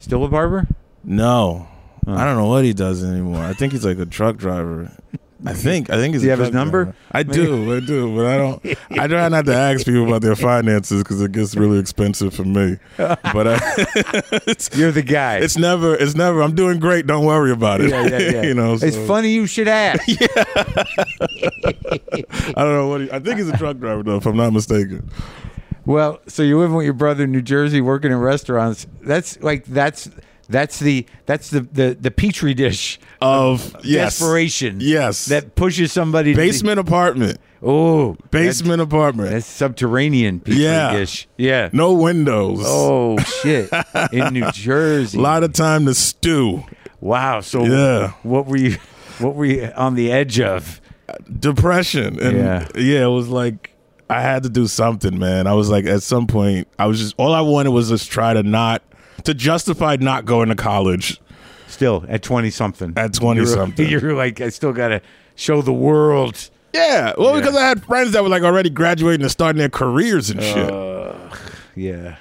S4: Still a barber?
S3: No. I don't know what he does anymore. I think he's like a truck driver. I think I think he's.
S4: Do you
S3: a
S4: have his
S3: truck
S4: number?
S3: driver. I do, I do, but I don't. I try not to ask people about their finances because it gets really expensive for me. But I, it's,
S4: You're the guy.
S3: it's never, it's never. I'm doing great. Don't worry about it.
S4: yeah, yeah, yeah.
S3: you know,
S4: it's
S3: so-
S4: funny you should ask.
S3: I don't know what he, I think he's a truck driver though, if I'm not mistaken.
S4: Well, so you're living with your brother in New Jersey, working in restaurants. That's like that's that's the that's the the, the petri dish
S3: Of yes,
S4: desperation.
S3: Yes,
S4: that pushes somebody
S3: basement apartment,
S4: To, oh,
S3: basement apartment.
S4: That's, that's subterranean petri
S3: Yeah.
S4: dish. Yeah.
S3: no windows.
S4: Oh shit! In New Jersey.
S3: A lot of time to stew.
S4: wow. So
S3: Yeah.
S4: what were you what were you on the edge of?
S3: Depression. And
S4: Yeah.
S3: yeah. it was like I had to do something, man. I was like at some point I was just all I wanted was just try to not to justify not going to college
S4: Still at twenty something.
S3: at 20 something.
S4: You're like I still gotta show the world.
S3: yeah. Well,
S4: Yeah.
S3: because I had friends that were like already graduating and starting their careers and shit.
S4: Yeah.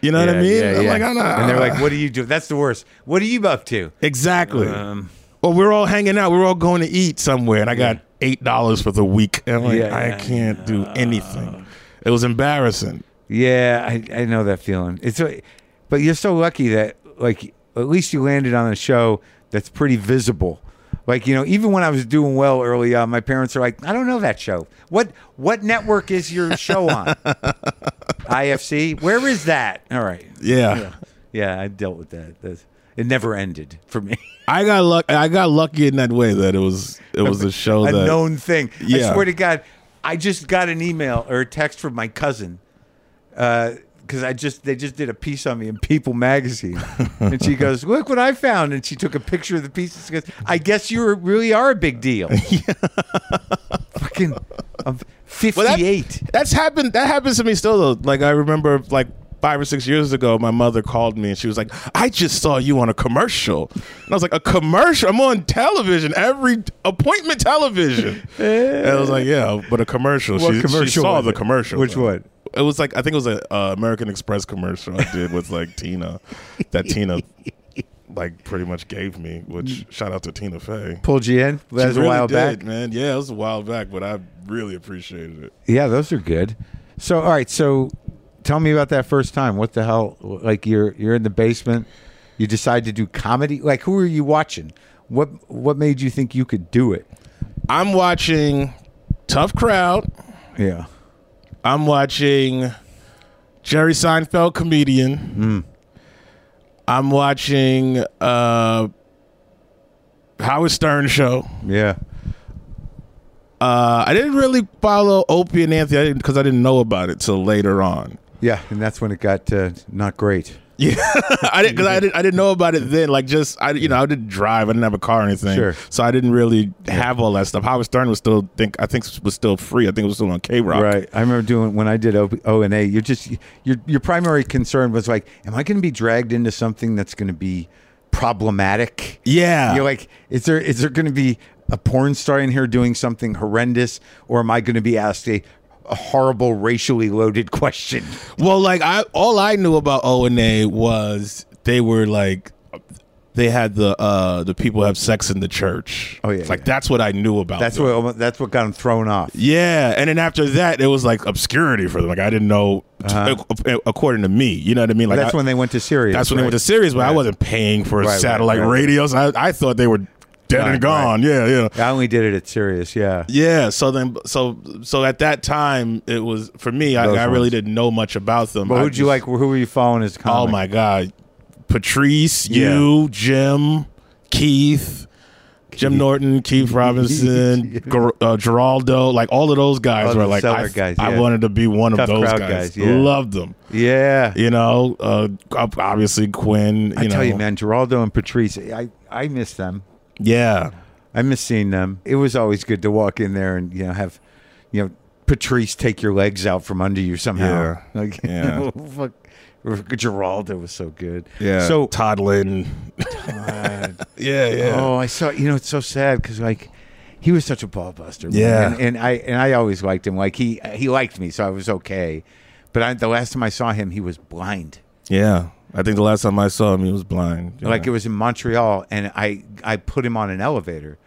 S3: you know what I
S4: Oh. Yeah,
S3: mean?
S4: yeah,
S3: I'm
S4: yeah.
S3: like, I'm not.
S4: and they're like, "What do you do?" That's the worst. What are you up to?
S3: exactly.
S4: Um,
S3: well, we're all hanging out. We're all going to eat somewhere, and I got eight dollars for the week. And I'm like,
S4: Yeah,
S3: I
S4: yeah. Oh.
S3: can't do anything. It was embarrassing.
S4: Yeah, I, I know that feeling. It's, uh, but you're so lucky that like at least you landed on a show that's pretty visible. Like you know, even when I was doing well early on, my parents are like, "I don't know that show. What what network is your show on? IFC? Where is that? All right,
S3: yeah.
S4: yeah, I dealt with that. That's, it never ended for me.
S3: I got luck. I got lucky in that way that it was it was a show
S4: a
S3: that
S4: known thing. I
S3: Yeah.
S4: swear to God, I just got an email or a text from my cousin because I just they just did a piece on me in People magazine, and she goes, "Look what I found," and she took a picture of the piece. And she goes, "I guess you really are a big deal." Fucking, I'm
S3: Well, that-
S4: fifty-eight.
S3: that's happened. That happens to me still though. Like I remember like five or six years ago, my mother called me and she was like, "I just saw you on a commercial," and I was like, "A commercial? I'm on television every appointment television." and I was like, "Yeah, but a commercial."
S4: What
S3: she, she
S4: commercial
S3: saw
S4: was
S3: the
S4: it?
S3: commercial.
S4: Which one?
S3: It was like I think it was a uh, American Express commercial I did with like Tina, that Tina like pretty much gave me. Which shout out to Tina Fey.
S4: Pulled you in. That
S3: She
S4: was a
S3: really
S4: while
S3: did,
S4: back.
S3: man. Yeah, it was a while back, but I really appreciated it.
S4: Yeah, those are good. So, all right. So, tell me about that first time. What the hell? Like you're you're in the basement. You decide to do comedy. Like who are you watching? What what made you think you could do it?
S3: I'm watching Tough Crowd.
S4: Yeah.
S3: I'm watching Jerry Seinfeld comedian. I'm watching uh, Howard Stern show.
S4: Yeah.
S3: Uh, I didn't really follow Opie and Anthony because I didn't know about it till later on.
S4: Yeah, and that's when it got uh, not great.
S3: Yeah, I didn't because I didn't I didn't know about it then. Like just I you know I didn't drive. I didn't have a car or anything.
S4: Sure.
S3: So I didn't really have all that stuff. Howard Stern was still think I think was still free. I think it was still on K Rock.
S4: Right. I remember doing when I did O O and A. You're just your your primary concern was like, am I going to be dragged into something that's going to be problematic?
S3: Yeah.
S4: You're like, is there is there going to be a porn star in here doing something horrendous, or am I going to be asked a, a horrible racially loaded question?
S3: Well, like I all I knew about O and A was they were like they had the uh the people have sex in the church.
S4: Oh, yeah,
S3: like
S4: yeah.
S3: that's what I knew about.
S4: That's
S3: them.
S4: what that's what got him thrown off.
S3: Yeah, and then after that, it was like obscurity for them. Like I didn't know, ac- according to me, you know what I mean. Like
S4: Uh-huh. that's
S3: I-
S4: when they went to Syria.
S3: that's when they went to series, but I wasn't paying for
S4: right,
S3: satellite
S4: right.
S3: radios. I, I thought they were dead
S4: Right,
S3: and gone. Yeah, yeah.
S4: I only did it at Sirius. Yeah.
S3: Yeah, so then, so so at that time, it was for me. I,
S4: Those
S3: I really
S4: ones.
S3: didn't know much about them.
S4: But
S3: I
S4: who'd you
S3: just-
S4: like? Who were you following as
S3: Oh
S4: comic?
S3: my god, Patrice,
S4: Yeah.
S3: you, Jim, Keith, Jim Norton, Keith Robinson, Ger- uh, Geraldo, like all of those guys
S4: Oh,
S3: were
S4: the
S3: like I,
S4: cellar guys,
S3: I
S4: yeah.
S3: wanted to be one of
S4: Tough
S3: those
S4: crowd
S3: guys.
S4: guys, yeah.
S3: Loved them.
S4: Yeah.
S3: You know, uh, ob- obviously Quinn. You
S4: I
S3: know,
S4: tell you, man, Geraldo and Patrice, I, I miss them.
S3: Yeah,
S4: I miss seeing them. It was always good to walk in there and you know have, you know, Patrice take your legs out from under you somehow.
S3: Yeah.
S4: Like,
S3: Yeah.
S4: fuck. Geraldo was so good.
S3: yeah.
S4: So
S3: Todd Lynn. yeah, yeah.
S4: Oh, I saw. You know, it's so sad because like he was such a ball buster. man.
S3: Yeah.
S4: and, and I and I always liked him. Like he he liked me, so I was okay. But I, the last time I saw him, he was blind.
S3: Yeah, I think the last time I saw him, he was blind. Yeah.
S4: Like it was in Montreal, and I I put him on an elevator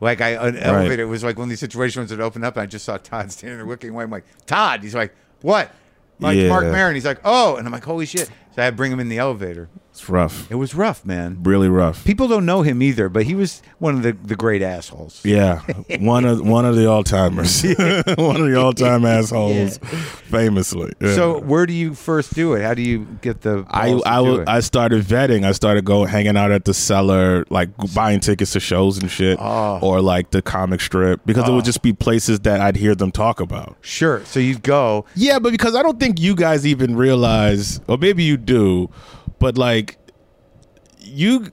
S4: Like I an elevator was like one of these situations that opened up, and I just saw Todd standing there looking away. I'm like, Todd. He's like, what? Like
S3: Yeah.
S4: Mark Maron. He's like, oh, and I'm like, holy shit. So I had to bring him in the elevator.
S3: It's rough.
S4: It was rough, man.
S3: Really rough.
S4: People don't know him either, but he was one of the, the great assholes.
S3: Yeah, one of one of the all timers, one of the all time assholes, famously. Yeah.
S4: So where do you first do it? How do you get the
S3: I
S4: balls to
S3: I,
S4: do
S3: w-
S4: it?
S3: I started vetting. I started go hanging out at the cellar, like buying tickets to shows and shit,
S4: Ah.
S3: or like the comic strip, because it would just be places that I'd hear them talk about.
S4: sure. So you go.
S3: Yeah, but because I don't think you guys even realize, or maybe you do, but like you,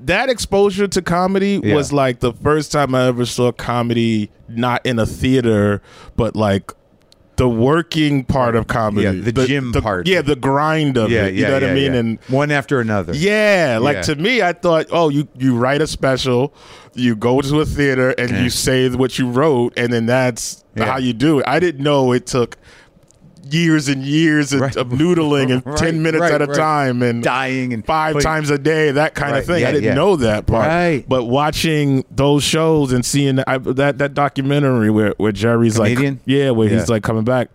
S3: that exposure to comedy
S4: Yeah.
S3: was like the first time I ever saw comedy not in a theater, but like the working part of comedy,
S4: Yeah, the gym part.
S3: yeah, the grind of
S4: Yeah,
S3: it. You
S4: yeah,
S3: know what
S4: yeah,
S3: I mean?
S4: yeah.
S3: And
S4: one after another.
S3: yeah, like
S4: Yeah.
S3: to me, I thought, oh, you you write a special, you go to a theater and you say what you wrote, and then that's
S4: Yeah.
S3: how you do it. I didn't know it took years and years of-
S4: Right.
S3: of noodling and
S4: Right,
S3: ten minutes
S4: right,
S3: at a
S4: right.
S3: time and
S4: Dying and
S3: five
S4: but-
S3: times a day, that kind
S4: Right,
S3: of thing.
S4: yeah,
S3: I didn't
S4: yeah.
S3: know that part,
S4: Right.
S3: but watching those shows and seeing I, that that documentary where where Jerry's
S4: Comedian?
S3: like, yeah, where
S4: Yeah.
S3: he's like coming back.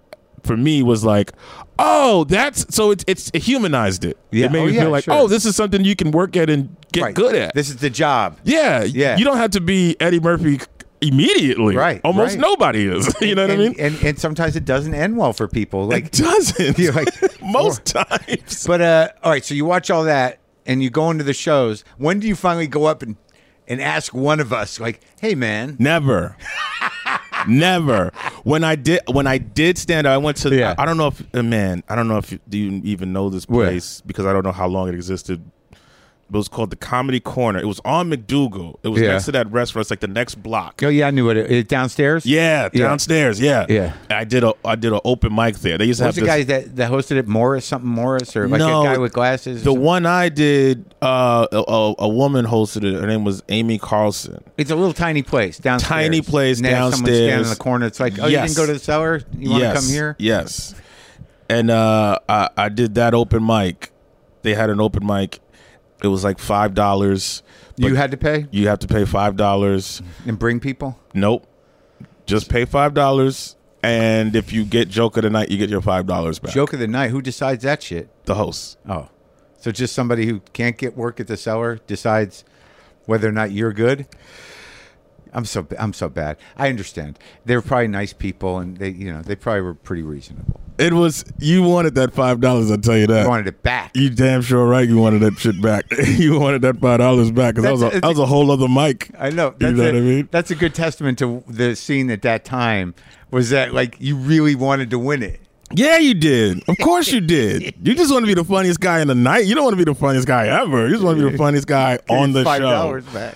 S3: For me, was like, oh, that's so it's it's it humanized it.
S4: Yeah.
S3: It made
S4: Oh,
S3: me
S4: yeah,
S3: feel like,
S4: sure.
S3: oh, this is something you can work at and get
S4: Right.
S3: good at.
S4: This is the job.
S3: yeah,
S4: Yeah.
S3: You don't have to be Eddie Murphy immediately.
S4: Right,
S3: Almost
S4: right.
S3: nobody is. you know what
S4: and,
S3: I mean?
S4: And and sometimes it doesn't end well for people. Like
S3: it doesn't.
S4: You're like,
S3: most times.
S4: But uh, all right, so you watch all that and you go into the shows. When do you finally go up and and ask one of us, like, "Hey, man,
S3: Never. Never. When I did when I did stand up, I went to
S4: Yeah.
S3: I, I don't know if uh, man, I don't know if you, do you even know this
S4: Where?
S3: place because I don't know how long it existed. It was called the Comedy Corner. It was on McDougal. It was
S4: Yeah.
S3: next to that restaurant. It's like the next block.
S4: oh yeah, I knew what it, it downstairs."
S3: Yeah, downstairs. Yeah.
S4: Yeah.
S3: And I did a I did an open mic there. They used to
S4: What was
S3: have
S4: the
S3: this-
S4: guy that, that hosted it, Morris something Morris, or like
S3: No,
S4: a guy with glasses? or
S3: the
S4: something?
S3: one I did, uh, a, a, a woman hosted it. Her name was Amy Carlson.
S4: it's a little tiny place downstairs.
S3: Tiny place
S4: and they have Someone standing in
S3: downstairs.
S4: the corner. It's like, oh, you
S3: Yes.
S4: didn't go to the cellar. You want to come here?
S3: Yes. And uh, I, I did that open mic. They had an open mic. It was like five dollars.
S4: You had to pay
S3: you have to pay five dollars.
S4: and bring people.
S3: Nope. Just pay five dollars. And if you get joke of the night, you get your five dollars back.
S4: Joke of the night. Who decides that shit?
S3: the host.
S4: Oh, so just somebody who can't get work at the cellar decides whether or not you're good. I'm so I'm so bad. I understand. They were probably nice people, and they you know they probably were pretty reasonable.
S3: It was you wanted that five dollars. I tell you
S4: I
S3: that.
S4: wanted it back.
S3: Uh, you damn sure right. You wanted that shit back. you wanted that five dollars back because that was
S4: That's-
S3: a, that was a whole other mic.
S4: I know.
S3: You
S4: That's
S3: know
S4: a,
S3: what I mean?
S4: That's a good testament to the scene at that time. Was that like you really wanted to win it?
S3: Yeah, you did. Of course you did. You just want to be the funniest guy in the night. You don't want to be the funniest guy ever. You just want to be the funniest guy on the
S4: $5
S3: show.
S4: back.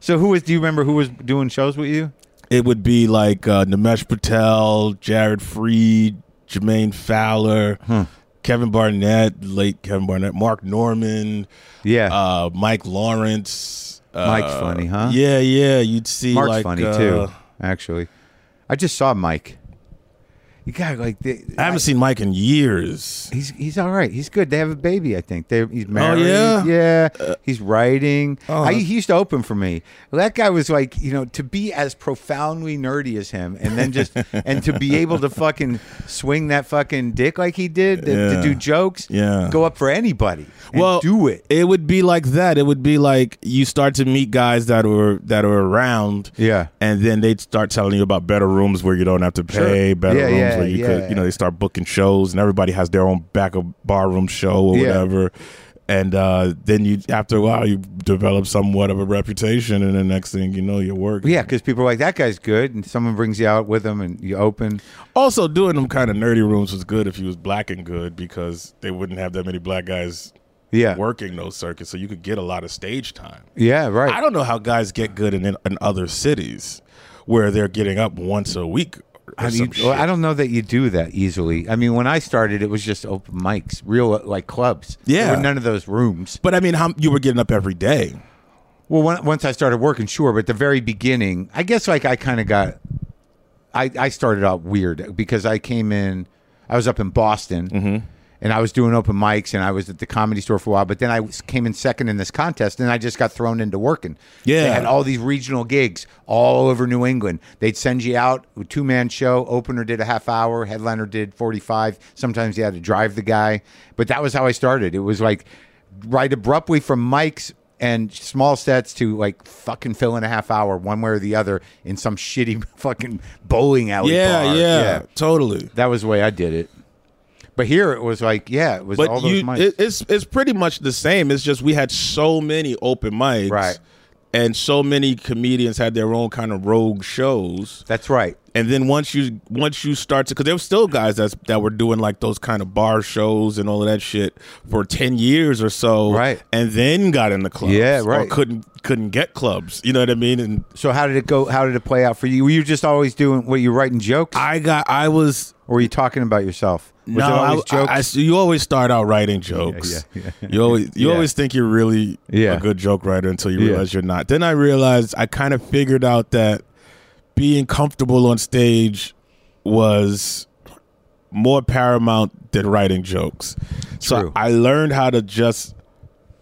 S4: So who was? Do you remember who was doing shows with you?
S3: It would be like uh, Nimesh Patel, Jared Freed, Jermaine Fowler,
S4: Hmm.
S3: Kevin Barnett, late Kevin Barnett, Mark Norman,
S4: Yeah,
S3: uh, Mike Lawrence. Uh,
S4: Mike's funny, huh?
S3: Yeah, yeah. You'd see
S4: Mark's
S3: like,
S4: funny
S3: uh,
S4: too. Actually, I just saw Mike. You got like the,
S3: I haven't seen Mike in years.
S4: He's he's all right. He's good. They have a baby, I think. They he's married.
S3: Oh, yeah? Uh,
S4: yeah. he's writing.
S3: oh,
S4: I,
S3: that's-
S4: he used to open for me. That guy was like, you know, to be as profoundly nerdy as him, and then just and to be able to fucking swing that fucking dick like he did, to, to
S3: Yeah.
S4: do jokes,
S3: Yeah.
S4: go up for anybody, and
S3: well
S4: do it.
S3: it would be like that it would be like you start to meet guys that were that are around
S4: Yeah.
S3: and then they'd start telling you about better rooms where you don't have to pay better
S4: Yeah,
S3: rooms
S4: yeah,
S3: where you
S4: yeah.
S3: could you know they start booking shows and everybody has their own back of barroom show or
S4: Yeah.
S3: whatever and uh, then you after a while you develop somewhat of a reputation and the next thing you know you're working
S4: Yeah, because people are like that guy's good, and someone brings you out with him, and you open.
S3: also doing them kind of nerdy rooms was good if you was black and good because they wouldn't have that many black guys
S4: Yeah,
S3: working those circuits so you could get a lot of stage time
S4: yeah, right.
S3: I don't know how guys get good in, in other cities where they're getting up once a week. Or
S4: I,
S3: some
S4: mean,
S3: shit.
S4: well, I don't know that you do that easily. I mean, when I started, it was just open mics, real uh, like clubs.
S3: Yeah.
S4: There were none of those rooms.
S3: but I mean, how you were getting up every day?
S4: Well, when, once I started working, sure, but at the very beginning, I guess like I kind of got,
S3: Mm-hmm.
S4: I I started out weird because I came in, I was up in Boston, and I was doing open mics and I was at the comedy store for a while. But then I was- came in second in this contest and I just got thrown into working.
S3: Yeah.
S4: They had all these regional gigs all over New England. They'd send you out, two man show, opener did a half hour, headliner did 45. Sometimes you had to drive the guy. But that was how I started. It was like right abruptly from mics and small sets to like fucking fill in a half hour one way or the other in some shitty fucking bowling alley
S3: yeah,
S4: bar.
S3: yeah, totally.
S4: That was the way I did it. But here it was like, yeah, it was all
S3: But
S4: those
S3: you,
S4: mics.
S3: it, it's it's pretty much the same. It's just we had so many open mics,
S4: Right.
S3: And so many comedians had their own kind of rogue shows.
S4: That's right.
S3: And then once you once you start to, because there were still guys that's, that were doing like those kind of bar shows and all of that shit for ten years or so,
S4: Right.
S3: And then got in the clubs,
S4: Yeah,
S3: Or
S4: right.
S3: couldn't couldn't get clubs, you know what I mean? And
S4: So how did it go? How did it play out for you? Were you just always doing what you writing jokes,
S3: I got I was
S4: or were you talking about yourself? Was
S3: no,
S4: it
S3: I,
S4: always jokes?
S3: I- I- you always start out writing jokes.
S4: yeah,
S3: You always you
S4: Yeah.
S3: always think you're really
S4: Yeah.
S3: a good joke writer until you
S4: Yeah.
S3: realize you're not. Then I realized I kind of figured out that being comfortable on stage was more paramount than writing jokes.
S4: True.
S3: So I learned how to just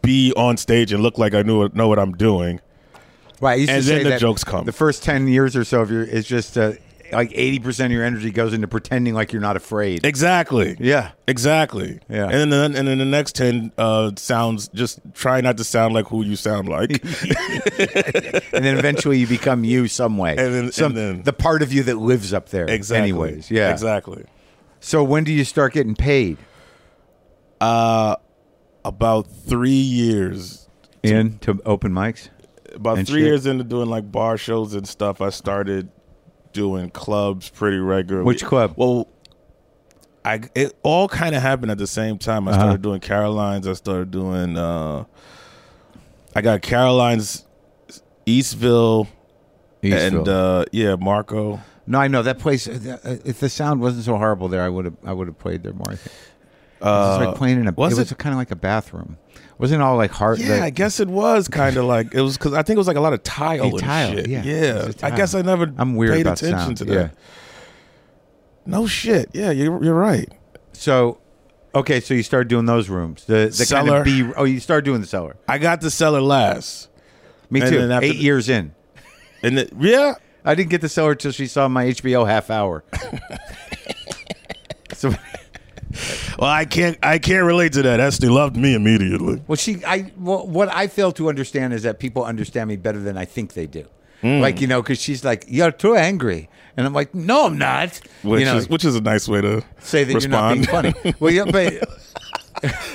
S3: be on stage and look like I knew know what I'm doing.
S4: right. I used to
S3: and then
S4: say
S3: the
S4: that
S3: jokes come.
S4: The first ten years or so of your, it's just uh, like eighty percent of your energy goes into pretending like you're not afraid.
S3: Exactly.
S4: yeah.
S3: Exactly.
S4: Yeah.
S3: And then and then the next ten uh, sounds just try not to sound like who you sound like.
S4: and then eventually you become you some way.
S3: And then- and
S4: Some-
S3: then-
S4: the part of you that lives up there.
S3: Exactly.
S4: Anyways, yeah.
S3: Exactly.
S4: So when do you start getting paid?
S3: About three years.
S4: In to open mics.
S3: About
S4: And
S3: three
S4: shit.
S3: years into doing like bar shows and stuff, I started doing clubs pretty regularly.
S4: Which club?
S3: Well, I it all kind of happened at the same time.
S4: Uh-huh.
S3: I started doing Caroline's. I started doing. uh I got Caroline's, Eastville, and uh yeah, Marco.
S4: no, I know that place. uh, th- uh, If the sound wasn't so horrible there, I would have. I would have played there more. I think. It was like playing in a.
S3: Uh, was
S4: it was
S3: it-
S4: kind of like a bathroom. Wasn't it all like hard.
S3: Yeah,
S4: like-
S3: I guess it was kind of like it was because I think it was like a lot of tile
S4: Hey,
S3: and
S4: tile,
S3: shit.
S4: yeah, it was a
S3: I guess
S4: tile.
S3: I never.
S4: I'm weird
S3: paid
S4: about
S3: attention
S4: sound,
S3: to
S4: yeah.
S3: that. No shit. Yeah, you're you're right.
S4: So, okay, so you started doing those rooms. The the
S3: Cellar.
S4: kind of B. Oh, you started doing the cellar.
S3: I got the cellar last,
S4: Me
S3: And
S4: too.
S3: then after
S4: Eight
S3: the-
S4: years in,
S3: and it, yeah,
S4: I didn't get the cellar till she saw my HBO half hour. so,
S3: well, I can't I can't relate to that. Estee loved me immediately.
S4: well, she. I. Well, what I fail to understand is that people understand me better than I think they do. Like you know, because she's like, "You're too angry," and I'm like, "No, I'm not."
S3: Which
S4: you know,
S3: is which is a nice way to
S4: say that
S3: respond.
S4: you're not being funny. Well, yeah, but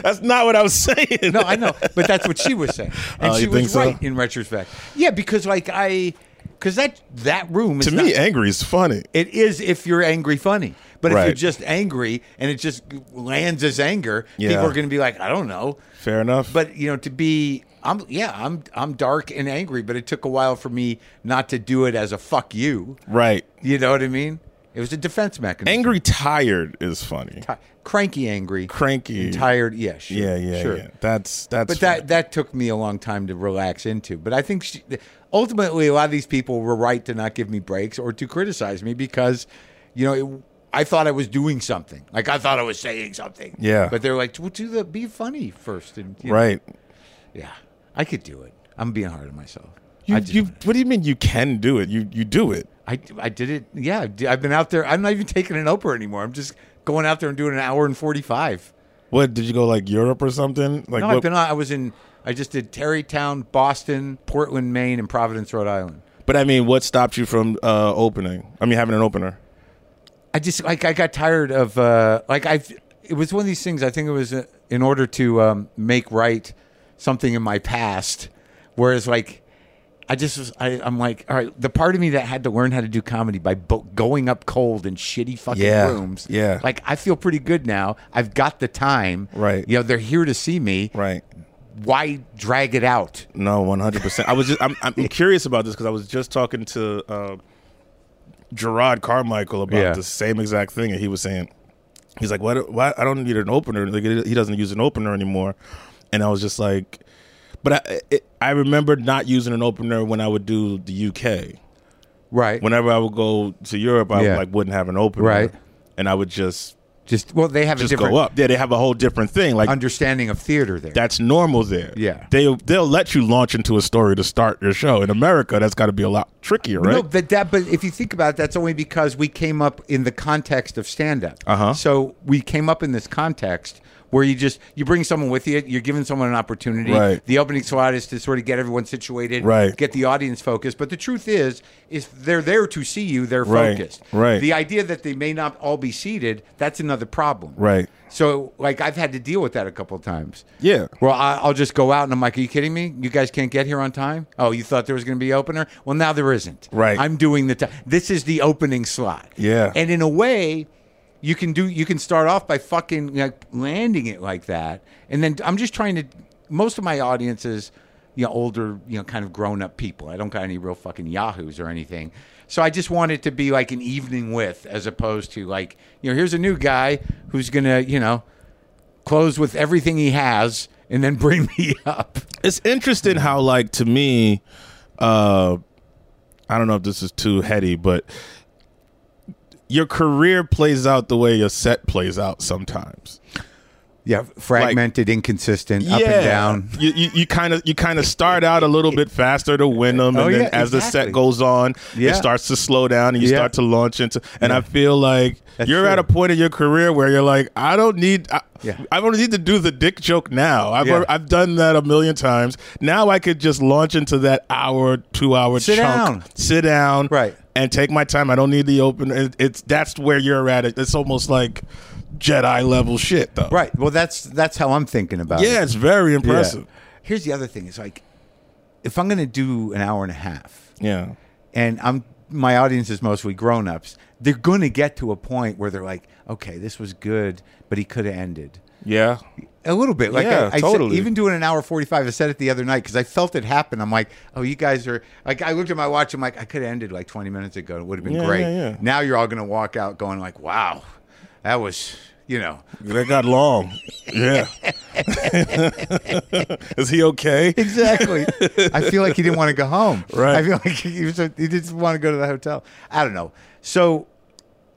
S3: That's not what I was saying.
S4: no, I know, but that's what she was saying, and
S3: Oh,
S4: she
S3: you think
S4: was
S3: so?
S4: right in retrospect. Yeah, because like I, because that that room is
S3: to me,
S4: not-
S3: angry is funny.
S4: it is if you're angry funny, but if you're
S3: Right.
S4: just angry and it just lands as anger,
S3: Yeah.
S4: people are going to be like, I don't know.
S3: Fair enough.
S4: But you know, to be, I'm yeah, I'm I'm dark and angry, but it took a while for me not to do it as a fuck you.
S3: right,
S4: You know what I mean? It was a defense mechanism.
S3: angry tired is funny.
S4: cranky, angry,
S3: Cranky.
S4: tired. Yeah, sure,
S3: Yeah, yeah,
S4: sure.
S3: yeah. That's that's.
S4: But
S3: funny.
S4: that that took me a long time to relax into. But I think she, ultimately a lot of these people were right to not give me breaks or to criticize me because, you know, it, I thought I was doing something. Like I thought I was saying something.
S3: Yeah.
S4: But they're like, well, do the be funny first, and you know,
S3: right.
S4: yeah, I could do it. I'm being hard on myself.
S3: You,
S4: I, just-
S3: you, what do you mean you can do it? You you do it.
S4: I I did it. Yeah, I did- I've been out there. I'm not even taking an Oprah anymore. I'm just going out there and doing an hour and forty five.
S3: What did you go like Europe or something? Like
S4: No,
S3: what,
S4: I've been. on- I was in. I just did Terrytown, Boston, Portland, Maine, and Providence, Rhode Island.
S3: but I mean, what stopped you from uh, opening? I mean, having an opener.
S4: I just like I got tired of uh, like I. It was one of these things. I think it was uh, in order to um, make right something in my past. Whereas like I just was, I, I'm like all right. The part of me that had to learn how to do comedy by bo- going up cold in shitty fucking
S3: Yeah,
S4: rooms.
S3: yeah.
S4: Like I feel pretty good now. I've got the time.
S3: Right.
S4: You know they're here to see me.
S3: Right.
S4: Why drag it out?
S3: No, one hundred percent. I was just I'm, I'm curious about this because I was just talking to uh, Gerard Carmichael about
S4: Yeah.
S3: the same exact thing, and he was saying he's like, "Why? do- Why I don't need an opener? Like he doesn't use an opener anymore." And I was just like, "But I it, I remember not using an opener when I would do the UK."
S4: Right.
S3: whenever I would go to Europe, I
S4: Yeah.
S3: like wouldn't have an opener,
S4: Right.
S3: And I would just
S4: Just well, they have a
S3: just
S4: different
S3: go up. Yeah, they have a whole different thing. Like
S4: understanding of theater there.
S3: that's normal there.
S4: Yeah.
S3: they they'll let you launch into a story to start your show. In America, that's got to be a lot trickier, right?
S4: No, but that. But if you think about it, that's only because we came up in the context of stand-up.
S3: Uh-huh.
S4: So we came up in this context where you just you bring someone with you, you're giving someone an opportunity.
S3: Right.
S4: The opening slot is to sort of get everyone situated,
S3: Right.
S4: Get the audience focused. But the truth is, if they're there to see you, they're
S3: Right,
S4: focused.
S3: right.
S4: The idea that they may not all be seated, that's another problem.
S3: Right.
S4: So, like, I've had to deal with that a couple of times.
S3: Yeah.
S4: Well, I, I'll just go out and I'm like, are you kidding me? You guys can't get here on time? Oh, you thought there was going to be opener? Well, now there isn't.
S3: Right.
S4: I'm doing the time. This is the opening slot.
S3: Yeah.
S4: And in a way, you can do. You can start off by fucking like landing it like that, and then I'm just trying to. Most of my audience is, you know, older, you know, kind of grown up people. I don't got any real fucking yahoos or anything. So I just want it to be like an evening with, as opposed to like, you know, here's a new guy who's gonna, you know, close with everything he has and then bring me up.
S3: it's interesting how like to me uh i don't know if this is too heady but your career plays out the way your set plays out sometimes
S4: Yeah, fragmented, inconsistent, up and down.
S3: you you- you kind of you kind of start out a little bit faster to win them, and
S4: Oh,
S3: then
S4: yeah,
S3: as the
S4: exactly.
S3: set goes on,
S4: Yeah.
S3: it starts to slow down, and you
S4: Yeah.
S3: start to launch into. And I feel like
S4: That's
S3: you're
S4: true.
S3: at a point in your career where you're like, I don't need, I,
S4: Yeah.
S3: I don't need to do the dick joke now. I've
S4: Yeah.
S3: I've done that a million times. Now I could just launch into that hour, two hour
S4: Sit
S3: chunk.
S4: down.
S3: Sit down.
S4: Right.
S3: And take my time. I don't need the open. It, it's that's where you're at. It's almost like Jedi level shit, though.
S4: Right. Well, that's that's how I'm thinking about it.
S3: Yeah, it's very impressive.
S4: Here's the other thing: it's like if I'm going to do an hour and a half,
S3: Yeah.
S4: and I'm my audience is mostly grown-ups, they're going to get to a point where they're like, "Okay, this was good, but he could have ended."
S3: Yeah.
S4: A little bit, like
S3: Yeah,
S4: I, I
S3: totally.
S4: said, even doing an hour forty-five. I said it the other night because I felt it happen. I'm like, "Oh, you guys are like." I looked at my watch. I'm like, "I could have ended like twenty minutes ago. It would have been
S3: Yeah,
S4: great."
S3: yeah, yeah.
S4: Now you're all going to walk out going like, "Wow, that was." You know,
S3: That got long. Yeah. Is he okay?
S4: Exactly. I feel like he didn't want to go home.
S3: Right.
S4: I feel like he was he didn't want to go to the hotel. I don't know. So,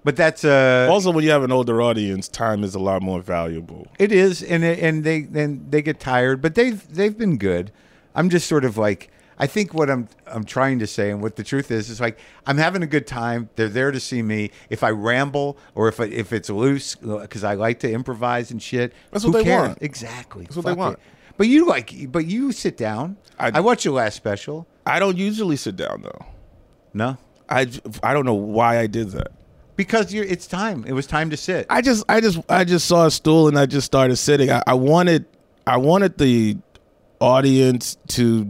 S4: but that's uh,
S3: Also, when you have an older audience, time is a lot more valuable.
S4: it is, and it, and they and they get tired, but they've they've been good. I'm just sort of like I think what I'm I'm trying to say, and what the truth is, is like I'm having a good time. They're there to see me. If I ramble or if I, if it's loose, because I like to improvise and shit.
S3: That's what
S4: who
S3: they
S4: cares?
S3: want.
S4: Exactly. That's
S3: what they want.
S4: But you like, but you sit down.
S3: I-
S4: I watched your last special.
S3: I don't usually sit down though.
S4: No.
S3: I, j- I don't know why I did that.
S4: Because you're, it's time. It was time to sit.
S3: I just I just I just saw a stool and I just started sitting. I, I wanted I wanted the audience to.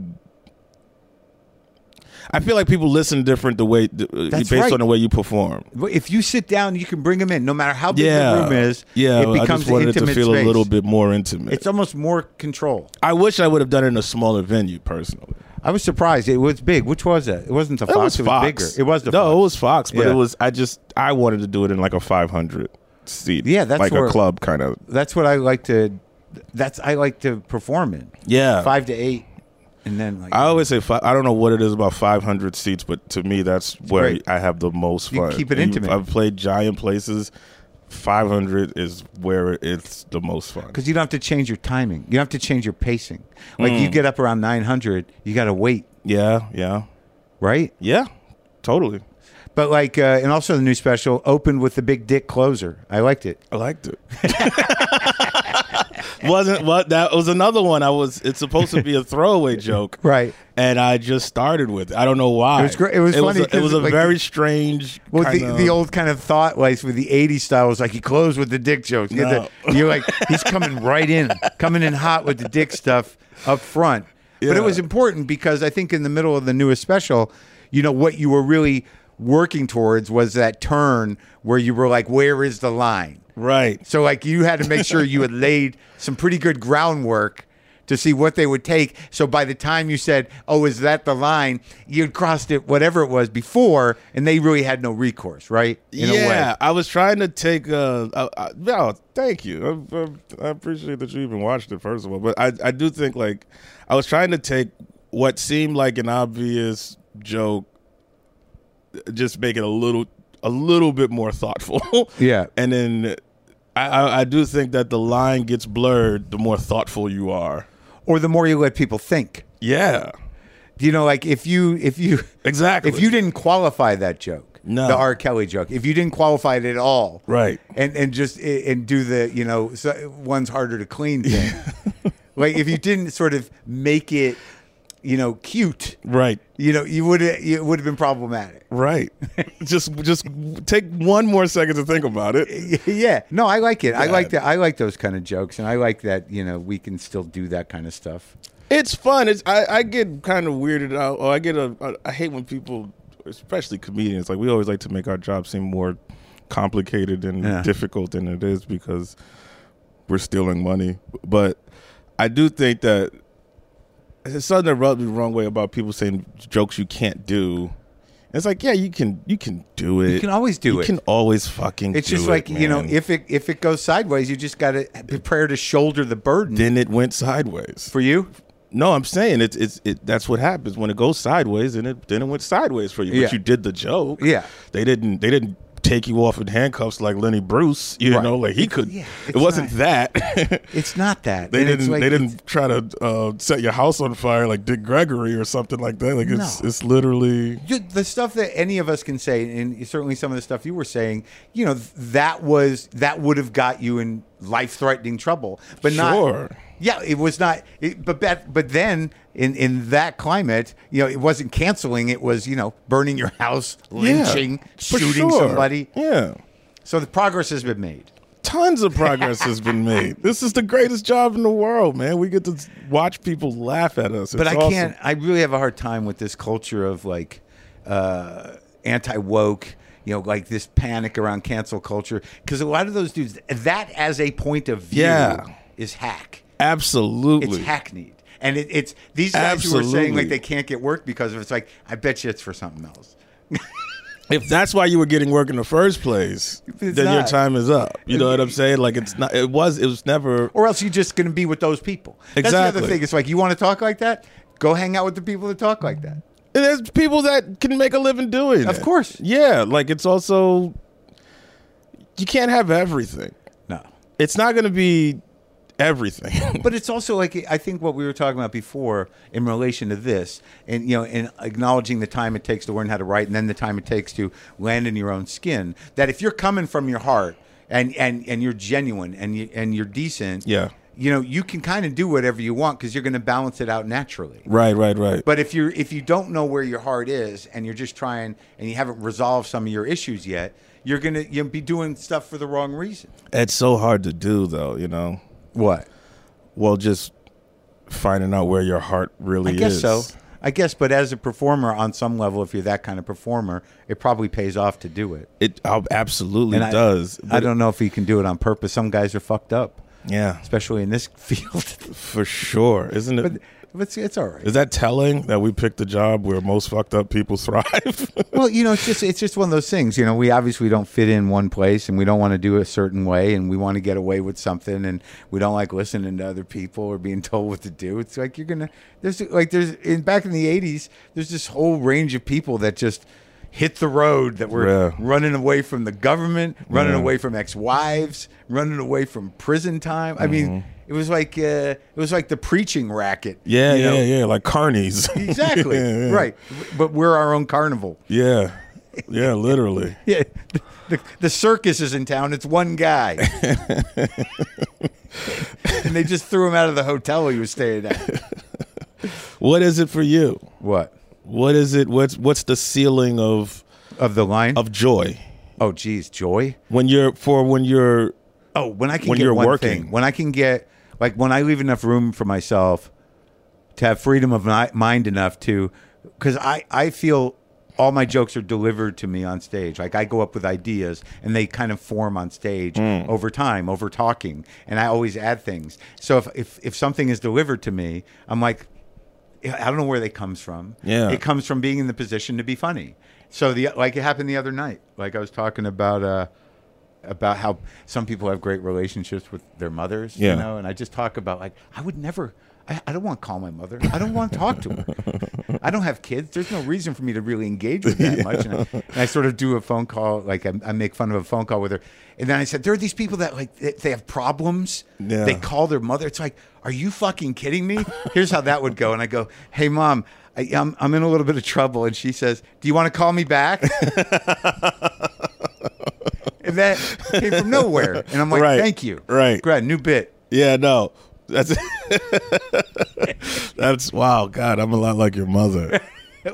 S3: I feel like people listen different the way
S4: That's
S3: based
S4: right.
S3: on the way you perform.
S4: if you sit down, you can bring them in, no matter how big the
S3: Yeah,
S4: room is.
S3: yeah.
S4: it
S3: I
S4: becomes
S3: just wanted
S4: an
S3: it to
S4: intimate
S3: feel
S4: space.
S3: a little bit more intimate.
S4: It's almost more control.
S3: I wish I would have done it in a smaller venue, personally.
S4: I was surprised. It was big. Which was that? It wasn't the
S3: It
S4: Fox.
S3: was
S4: it was
S3: Fox.
S4: bigger. It was the
S3: no,
S4: Fox.
S3: it was Fox, but
S4: Yeah.
S3: it was. I just I wanted to do it in like a 500 seat.
S4: Yeah, that's
S3: like
S4: where-
S3: a club kind of.
S4: That's what I like to. That's I like to perform in.
S3: Yeah.
S4: Five to eight, and then like
S3: I always say five, I don't know what it is about 500 seats, but to me that's where
S4: great.
S3: I have the most
S4: You
S3: fun.
S4: keep it
S3: And
S4: intimate.
S3: I've played giant places. 500 is where it's the most fun.
S4: because you don't have to change your timing. You don't have to change your pacing. Like
S3: Hmm.
S4: you get up around nine hundred, you got to wait,
S3: Yeah, yeah,
S4: right?
S3: yeah. Totally,
S4: But like, uh, and also the new special opened with the big dick closer. I liked it.
S3: I liked it. Wasn't what that was another one. I was. It's supposed to be a throwaway joke,
S4: Right.
S3: and I just started with. It. I don't know why.
S4: It was great- it was funny
S3: a- it
S4: 'cause
S3: was a
S4: like-
S3: very strange.
S4: Well,
S3: kinda-
S4: the, the old kind of thought, like with the '80s style, was like he closed with the dick jokes. You had
S3: No.
S4: the- You're like he's coming right in, coming in hot with the dick stuff up front. But
S3: Yeah.
S4: it was important because I think in the middle of the newest special, you know what you were really working towards was that turn where you were like, "Where is the line?"
S3: right.
S4: So like you had to make sure you had laid some pretty good groundwork to see what they would take. So by the time you said, "Oh, is that the line?" you'd crossed it whatever it was before, and they really had no recourse, right? In
S3: yeah, I was trying to take. Uh, uh, uh, no, thank you. I, I, I appreciate that you even watched it first of all, but I, I do think like I was trying to take what seemed like an obvious joke, just make it a little a little bit more thoughtful.
S4: Yeah.
S3: and then I, I, I do think that the line gets blurred the more thoughtful you are.
S4: or the more you let people think.
S3: Yeah,
S4: You know, like if you if you
S3: exactly.
S4: if you didn't qualify that joke,
S3: No.
S4: the R. Kelly joke, if you didn't qualify it at all,
S3: Right.
S4: and and just and do the you know so one's harder to clean thing, like if you didn't sort of make it, you know, cute,
S3: right,
S4: you know, you would it would have been problematic.
S3: right, just just take one more second to think about it.
S4: yeah, no, I like it. I
S3: Yeah.
S4: like that. I like those kind of jokes, and I like that you know we can still do that kind of stuff.
S3: It's fun. It's I, I get kind of weirded out. Or I get a I, I hate when people, especially comedians, like we always like to make our job seem more complicated and
S4: Yeah.
S3: difficult than it is because we're stealing money. But I do think that it's something that rubbed me the wrong way about people saying jokes you can't do. It's like yeah, you can you can do it. You
S4: can always do it.
S3: You can always fucking.
S4: It's
S3: do
S4: just
S3: it,
S4: like you know
S3: man.
S4: if it if it goes sideways, you just got to prepare to shoulder the burden.
S3: then it went sideways.
S4: for you,
S3: No, I'm saying it's it's it, that's what happens when it goes sideways, and it then it went sideways for you. But
S4: Yeah.
S3: you did the joke.
S4: Yeah.
S3: they didn't they didn't take you off in handcuffs like Lenny Bruce. You
S4: Right.
S3: know, like he could.
S4: yeah,
S3: it
S4: it's
S3: wasn't
S4: not-
S3: that.
S4: it's not that
S3: They
S4: And it's
S3: didn't.
S4: like-
S3: they didn't try to uh, set your house on fire like Dick Gregory or something like that. Like it's
S4: No.
S3: it's literally
S4: you- the stuff that any of us can say, and certainly some of the stuff you were saying, you know, th- that was that would have got you in life-threatening trouble, but
S3: Sure.
S4: not. Yeah, it was not. It, but that, but then in in that climate, you know, it wasn't canceling. It was you know burning your house, lynching,
S3: Yeah, for
S4: shooting
S3: sure.
S4: somebody.
S3: Yeah,
S4: So the progress has been made.
S3: tons of progress has been made. This is the greatest job in the world, man. We get to watch people laugh at us.
S4: but
S3: It's
S4: I
S3: awesome.
S4: can't. I really have a hard time with this culture of like uh, anti woke. You know, like this panic around cancel culture because a lot of those dudes that as a point of view
S3: Yeah.
S4: is hack.
S3: Absolutely.
S4: It's hackneyed, and it, it's these guys who are saying
S3: Absolutely.
S4: like they can't get work because of it. it's like I bet you it's for something else.
S3: if that's why you were getting work in the first place,
S4: it's
S3: then your
S4: not.
S3: time is up. You know what I'm saying? Like it's not. It was. It was never.
S4: Or else you're just going to be with those people. That's the other
S3: Exactly.
S4: thing. It's like you want to talk like that, go hang out with the people that talk like that.
S3: And there's people that can make a living doing it.
S4: Of course.
S3: Yeah. Like it's also. You can't have everything.
S4: No.
S3: It's not going to be everything.
S4: But it's also like I think what we were talking about before in relation to this, and you know, and acknowledging the time it takes to learn how to write, and then the time it takes to land in your own skin. That if you're coming from your heart and and and you're genuine and you, and you're decent,
S3: Yeah.
S4: you know, you can kind of do whatever you want because you're going to balance it out naturally.
S3: right. Right. Right.
S4: But if you're if you don't know where your heart is and you're just trying and you haven't resolved some of your issues yet, you're gonna you'll be doing stuff for the wrong reason.
S3: it's so hard to do, though. You know.
S4: What?
S3: Well, just finding out where your heart really
S4: I guess
S3: is.
S4: so. I guess, but as a performer, on some level, if you're that kind of performer, it probably pays off to do it.
S3: It uh, absolutely
S4: And I-
S3: does.
S4: I don't know if he can do it on purpose. Some guys are fucked up,
S3: Yeah,
S4: especially in this field.
S3: for sure. Isn't it?
S4: but it's, it's all right.
S3: Is that telling that we picked the job where most fucked up people thrive?
S4: Well, you know, it's just it's just one of those things. You know, we obviously don't fit in one place, and we don't want to do a certain way, and we want to get away with something, and we don't like listening to other people or being told what to do. It's like you're gonna there's like there's in back in the '80s, there's this whole range of people that just hit the road that were
S3: Yeah.
S4: running away from the government, running
S3: Yeah.
S4: away from ex-wives, running away from prison time. I mean,
S3: Mm-hmm.
S4: it was like uh, it was like the preaching racket.
S3: yeah,
S4: you know?
S3: yeah, yeah. Like carnies.
S4: Exactly.
S3: Yeah, yeah.
S4: Right. But we're our own carnival.
S3: Yeah. Yeah, literally.
S4: Yeah, the, the circus is in town. It's one guy, and they just threw him out of the hotel he was staying at.
S3: What is it for you?
S4: What
S3: What is it? What's what's the ceiling of
S4: of the line?
S3: of joy
S4: oh, geez, joy.
S3: when you're for when you're
S4: Oh, when I can
S3: When
S4: get
S3: you're
S4: one
S3: working.
S4: thing, when I can get like when I leave enough room for myself to have freedom of mi- mind enough to, because I I feel all my jokes are delivered to me on stage. Like I go up with ideas and they kind of form on stage
S3: Hmm.
S4: over time, over talking, and I always add things. So if if if something is delivered to me, I'm like. I don't know where they comes from.
S3: Yeah.
S4: It comes from being in the position to be funny. So the like it happened the other night. Like I was talking about uh about how some people have great relationships with their mothers,
S3: Yeah.
S4: you know, and I just talk about like I would never I, I don't want to call my mother. I don't want to talk to her. I don't have kids. There's no reason for me to really engage with that much. And I, and I sort of do a phone call, like I, I make fun of a phone call with her. And then I said, there are these people that like they- they have problems.
S3: Yeah.
S4: They call their mother. It's like, are you fucking kidding me? Here's how that would go. And I go, hey mom, I, I'm I'm in a little bit of trouble. And she says, do you want to call me back? and that came from nowhere. And I'm like,
S3: Right.
S4: thank you.
S3: Right.
S4: Great, new bit.
S3: Yeah, no. That's That's wow, God, I'm a lot like your mother.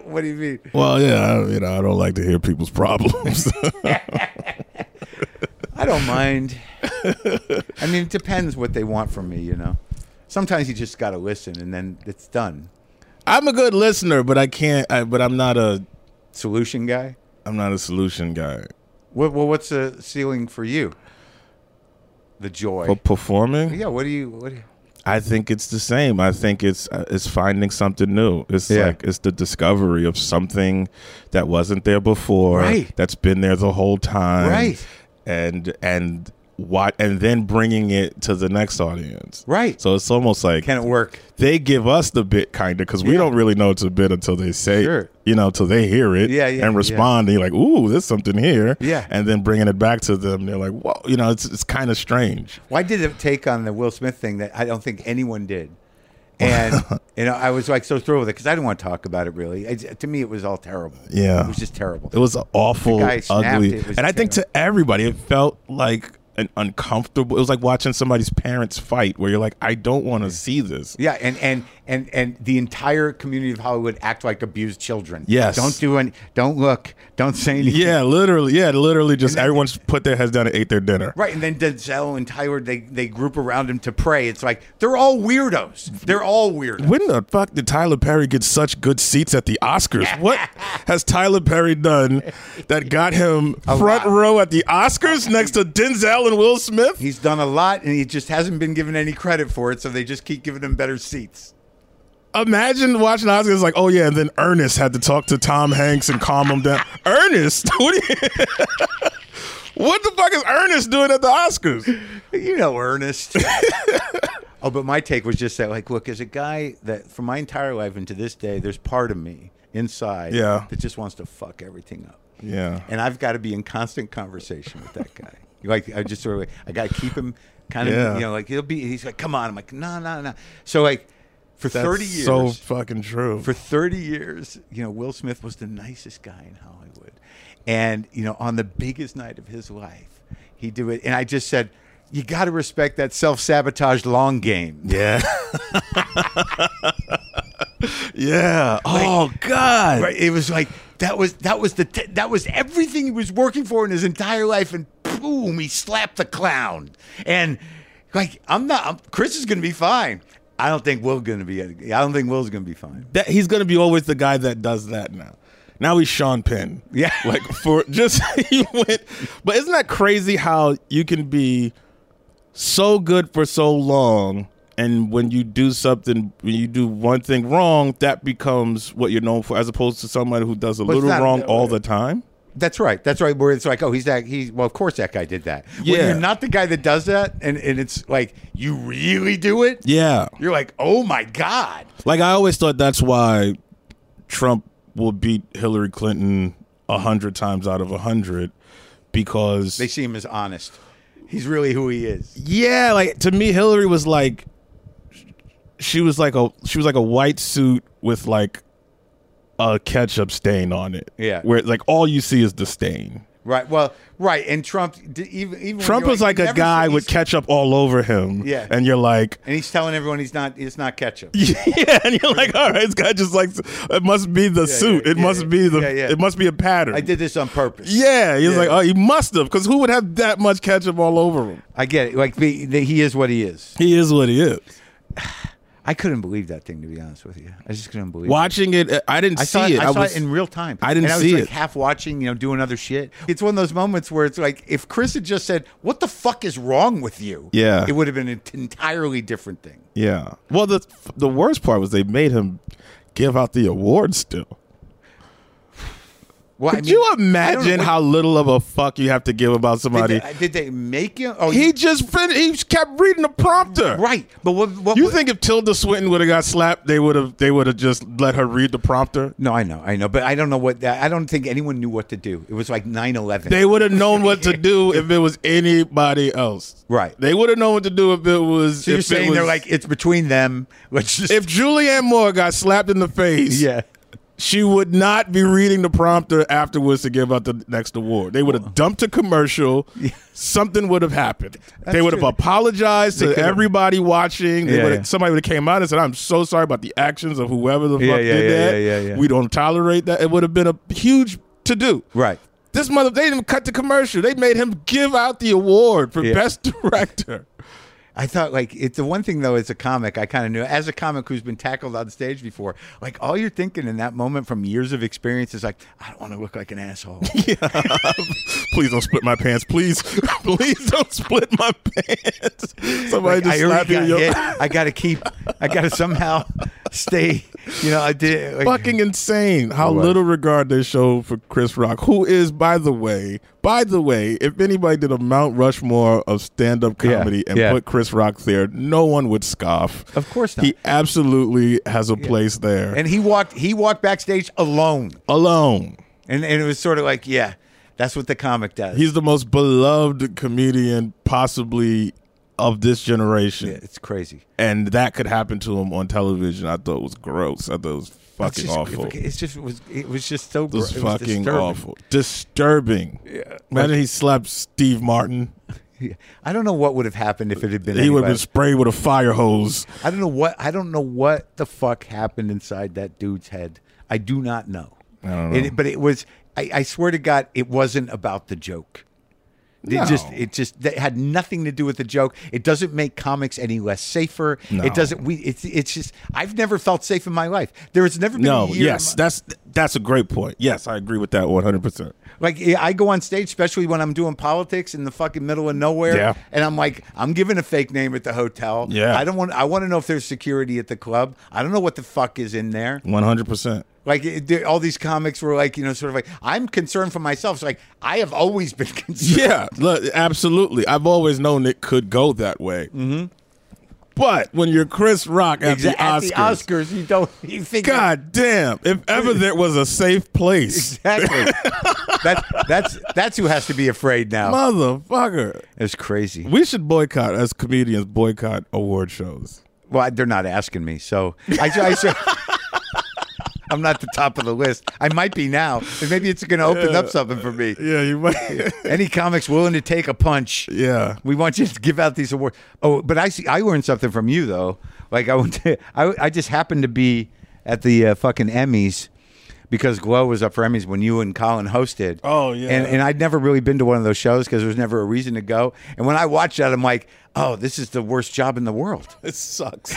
S4: what do you mean?
S3: Well, yeah, I, you know, I don't like to hear people's problems.
S4: I don't mind. I mean, it depends what they want from me, you know. Sometimes you just got to listen, and then it's done.
S3: I'm a good listener, but I can't. I, but I'm not a.
S4: Solution guy.
S3: I'm not a solution guy.
S4: What, well, what's the ceiling for you? The joy.
S3: But performing,
S4: yeah. What do you? What? Do you
S3: I think it's the same. I think it's uh, it's finding something new. It's
S4: Yeah.
S3: like it's the discovery of something that wasn't there before.
S4: Right.
S3: That's been there the whole time.
S4: Right.
S3: And and what and then bringing it to the next audience.
S4: Right.
S3: So it's almost like
S4: can it work?
S3: they give us the bit kind of because we
S4: Yeah.
S3: don't really know it's a bit until they say it,
S4: Sure.
S3: you know until they hear it
S4: Yeah, yeah,
S3: and respond and you're like ooh there's something here
S4: Yeah.
S3: and then bringing it back to them they're like whoa you know it's, it's kind of strange
S4: Why did it take on the Will Smith thing that I don't think anyone did? And you know, I was like so thrilled with it because I didn't want to talk about it really. It, to me, it was all terrible.
S3: Yeah.
S4: it was just terrible.
S3: it was an awful
S4: The guy snapped,
S3: ugly
S4: it was
S3: and i think to everybody it felt like an uncomfortable it was like watching somebody's parents fight where you're like i don't want to see this
S4: Yeah, and and and and the entire community of Hollywood act like abused children.
S3: Yes.
S4: Don't do any. Don't look. Don't say anything.
S3: yeah literally yeah literally just everyone's put their heads down and ate their dinner
S4: Right, and then Denzel and Tyler they they group around him to pray. It's like they're all weirdos. They're all weirdos.
S3: When the fuck did Tyler Perry get such good seats at the Oscars? What has Tyler Perry done that got him front
S4: lot.
S3: row at the Oscars next to Denzel and Will Smith?
S4: He's done a lot, and he just hasn't been given any credit for it. So they just keep giving him better seats.
S3: Imagine watching Oscars like, oh yeah, and then Ernest had to talk to Tom Hanks and calm him down. Ernest, what, do you- what the fuck is Ernest doing at the Oscars?
S4: You know, Ernest. oh, but my take was just that, like, look, as a guy that for my entire life and to this day, there's part of me inside
S3: Yeah.
S4: that just wants to fuck everything up.
S3: Yeah.
S4: And I've got to be in constant conversation with that guy. Like, I just sort of, I got to keep him kind of,
S3: Yeah.
S4: you know, like, he'll be, he's like, come on. I'm like, no, no, no. So, like, for
S3: That's
S4: 30 years,
S3: so fucking true.
S4: for 30 years, you know, Will Smith was the nicest guy in Hollywood. And, you know, on the biggest night of his life, he do it. And I just said, you got to respect that self sabotage long game.
S3: yeah. yeah. Oh God.
S4: Right? It was like, that was that was the t- that was everything he was working for in his entire life, and boom, he slapped the clown. And like, I'm not. I'm, Chris is going to be fine. I don't think Will's going to be. I don't think Will's going to be fine.
S3: that he's gonna be always the guy that does that now. Now he's Sean Penn.
S4: Yeah.
S3: Like for just he went but isn't that crazy how you can be so good for so long and when you do something when you do one thing wrong, that becomes what you're known for as opposed to somebody who does a
S4: it's
S3: little
S4: not-
S3: wrong all the time.
S4: That's right. That's right. Where it's like, oh, he's that. He's well, of course that guy did that. When
S3: Yeah.
S4: you're not the guy that does that, and and it's like you really do it.
S3: Yeah.
S4: You're like, oh my god.
S3: Like I always thought that's why Trump will beat Hillary Clinton a hundred times out of a hundred because
S4: They see him as honest. He's really who he is.
S3: Yeah, like to me, Hillary was like, she was like a she was like a white suit with like a ketchup stain on it.
S4: Yeah.
S3: where like all you see is the stain.
S4: Right. Well. Right. And Trump. d- Even even when
S3: Trump
S4: you're
S3: was like
S4: "You've
S3: a
S4: never
S3: guy
S4: seen
S3: with
S4: these-"
S3: ketchup all over him.
S4: Yeah.
S3: and you're like.
S4: and he's telling everyone he's not. It's not ketchup.
S3: Yeah, and you're like, all right, this guy just likes it. Must be the suit.
S4: yeah,
S3: it
S4: yeah,
S3: must be the.
S4: yeah, yeah.
S3: It must be a pattern.
S4: I did this on purpose.
S3: Yeah, he was
S4: Yeah.
S3: like, oh, he must have, because who would have that much ketchup all over him?
S4: I get it. Like the, the, he is what he is.
S3: He is what he is.
S4: I couldn't believe that thing to be honest with you. I just couldn't believe. it.
S3: Watching it, I didn't
S4: I
S3: see
S4: saw it.
S3: it.
S4: I, saw
S3: was-
S4: it in real time.
S3: I didn't
S4: and I was
S3: see
S4: like
S3: it.
S4: half watching, you know, doing other shit. It's one of those moments where it's like, if Chris had just said, "What the fuck is wrong with you?"
S3: Yeah.
S4: it would have been an entirely different thing.
S3: Yeah. Well, the the worst part was they made him give out the award still.
S4: Well, I
S3: Could
S4: mean,
S3: you
S4: I don't know
S3: imagine
S4: what-
S3: how little of a fuck you have to give about
S4: did
S3: somebody?
S4: they, did they make him? Oh,
S3: he just fin- he just kept reading the prompter.
S4: right. But what? what
S3: You
S4: what-
S3: think if Tilda Swinton would have got slapped, they would have they would have just let her read the prompter?
S4: No, I know, I know, but I don't know what. I don't think anyone knew what to do. It was like 9-11.
S3: They would have known what to do if it was anybody else.
S4: Right.
S3: They would have known what to do if it was.
S4: so you're
S3: if it
S4: saying they're
S3: was-
S4: like it's between them. Let's just
S3: if Julianne Moore got slapped in the face,
S4: yeah.
S3: she would not be reading the prompter afterwards to give out the next award. They would have dumped a commercial. Something would have happened. they would have
S4: true.
S3: apologized to
S4: could've-
S3: everybody watching. They
S4: Yeah,
S3: would
S4: yeah.
S3: have Somebody would have came out and said, "I'm so sorry about the actions of whoever the fuck
S4: Yeah, yeah,
S3: did
S4: yeah,
S3: that.
S4: yeah, yeah, yeah.
S3: We don't tolerate that." It would have been a huge to do.
S4: Right.
S3: This mother, they didn't even cut the commercial. They made him give out the award for
S4: Yeah.
S3: best director.
S4: I thought like it's the one thing though as a comic I kind of knew as a comic who's been tackled on stage before like all you're thinking in that moment from years of experience is like I don't want to look like an asshole.
S3: Please don't split my pants. Please, please don't split my pants. Somebody
S4: Like,
S3: just
S4: I
S3: slap
S4: already
S3: you.
S4: got
S3: in your-
S4: hit. I got to keep. I got to somehow stay. You know I did. Like,
S3: Fucking insane how
S4: It was.
S3: little regard they show for Chris Rock, who is, by the way, by the way, if anybody did a Mount Rushmore of stand-up
S4: Yeah,
S3: comedy and
S4: yeah.
S3: put Chris Rock there, no one would scoff.
S4: Of course not.
S3: He absolutely has a place there,
S4: And he walked. He walked backstage alone.
S3: alone.
S4: And and it was sort of like, yeah, that's what the comic does.
S3: He's the most beloved comedian possibly of this generation.
S4: Yeah, it's crazy.
S3: And that could happen to him on television. I thought was gross. I thought it was
S4: It's
S3: fucking
S4: just,
S3: awful. It
S4: It's just it was it was just so gr-
S3: was
S4: it was
S3: fucking
S4: disturbing.
S3: awful. Disturbing. Yeah. Imagine he slapped Steve Martin.
S4: Yeah. I don't know what would have happened if it had been.
S3: He would have
S4: anybody.
S3: been sprayed with a fire hose.
S4: I don't know what I don't know what the fuck happened inside that dude's head. I do not know. I
S3: don't know.
S4: but it was. I, I swear to God, it wasn't about the joke. It just
S3: No.
S4: it just that had nothing to do with the joke. It doesn't make comics any less safer.
S3: No.
S4: It doesn't. We it's it's just I've never felt safe in my life. There has never been
S3: No,
S4: A year in
S3: yes,
S4: my-
S3: that's that's a great point. Yes, I agree with that 100%.
S4: Like yeah, I go on stage, especially when I'm doing politics in the fucking middle of nowhere,
S3: Yeah.
S4: and I'm like, I'm giving a fake name at the hotel.
S3: Yeah.
S4: I don't want. I want to know if there's security at the club. I don't know what the fuck is in there.
S3: 100%.
S4: Like it, there- all these comics were like, you know, sort of like, I'm concerned for myself. So like I have always been concerned.
S3: Yeah, look, absolutely. I've always known it could go that way. Mm-hmm. But when you're Chris Rock at,
S4: Exa-
S3: the,
S4: at
S3: Oscars,
S4: the Oscars, you don't. You think
S3: God damn! If ever there was a safe place,
S4: exactly. that's that's that's who has to be afraid now.
S3: motherfucker,
S4: It's crazy.
S3: we should boycott as comedians. Boycott award shows.
S4: Well, I- they're not asking me, so I, I should. I'm not the top of the list. I might be now, and maybe it's going to open up something for me.
S3: Yeah, you might.
S4: Any comics willing to take a punch?
S3: yeah,
S4: We want you to give out these awards. Oh, but I see. I learned something from you though. Like I went, to, I I just happened to be at the uh, fucking Emmys because Glow was up for Emmys when you and Colin hosted.
S3: Oh, yeah.
S4: And and I'd never really been to one of those shows because there was never a reason to go. And when I watched that, I'm like, oh, this is the worst job in the world.
S3: it sucks.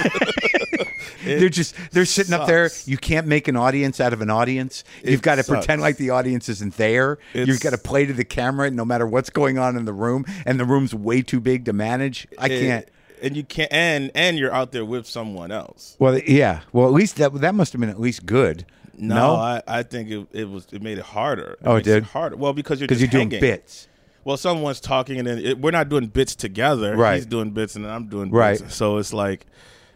S4: they're just they're sitting up there.
S3: sucks.
S4: You can't make an audience out of an audience. You've got to
S3: sucks.
S4: pretend like the audience isn't there.
S3: It's-
S4: You've got to play to the camera, no matter what's going on in the room, and the room's way too big to manage. I can't.
S3: and you can't. And and you're out there with someone else.
S4: well, yeah. Well, at least that that must have been at least good.
S3: I, I think it, it was. It made it harder.
S4: Oh, it
S3: makes
S4: did?
S3: harder. Well, because you're
S4: because
S3: just
S4: you're doing
S3: hanging.
S4: bits.
S3: well, someone's talking, and then it, we're not doing bits together.
S4: Right.
S3: He's doing bits, and I'm doing
S4: Right.
S3: bits. So it's like,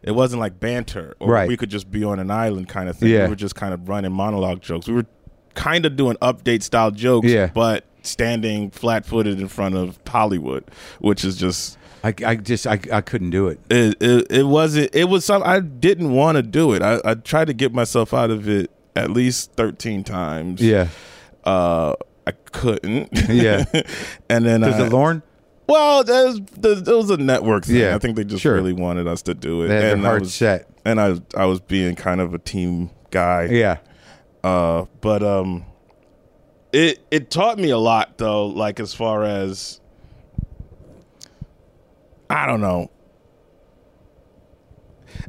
S3: it wasn't like banter, or
S4: Right.
S3: we could just be on an island kind of thing.
S4: Yeah.
S3: We were just kind of running monologue jokes. We were kind of doing update style jokes,
S4: Yeah.
S3: but standing flat footed in front of Hollywood, which is just.
S4: I, I just I, I couldn't do it.
S3: It, it, it wasn't it was some I didn't want to do it. I, I tried to get myself out of it at least thirteen times. Uh I couldn't.
S4: Yeah.
S3: and then
S4: Does
S3: I,
S4: it Lorne?
S3: well, that was, that that was a network thing.
S4: Yeah,
S3: I think they just
S4: sure.
S3: really wanted us to do it.
S4: They had their
S3: I
S4: heart
S3: was-
S4: set.
S3: And I, I was being kind of a team guy.
S4: Yeah.
S3: Uh, but um, it it taught me a lot though. Like as far as I don't know.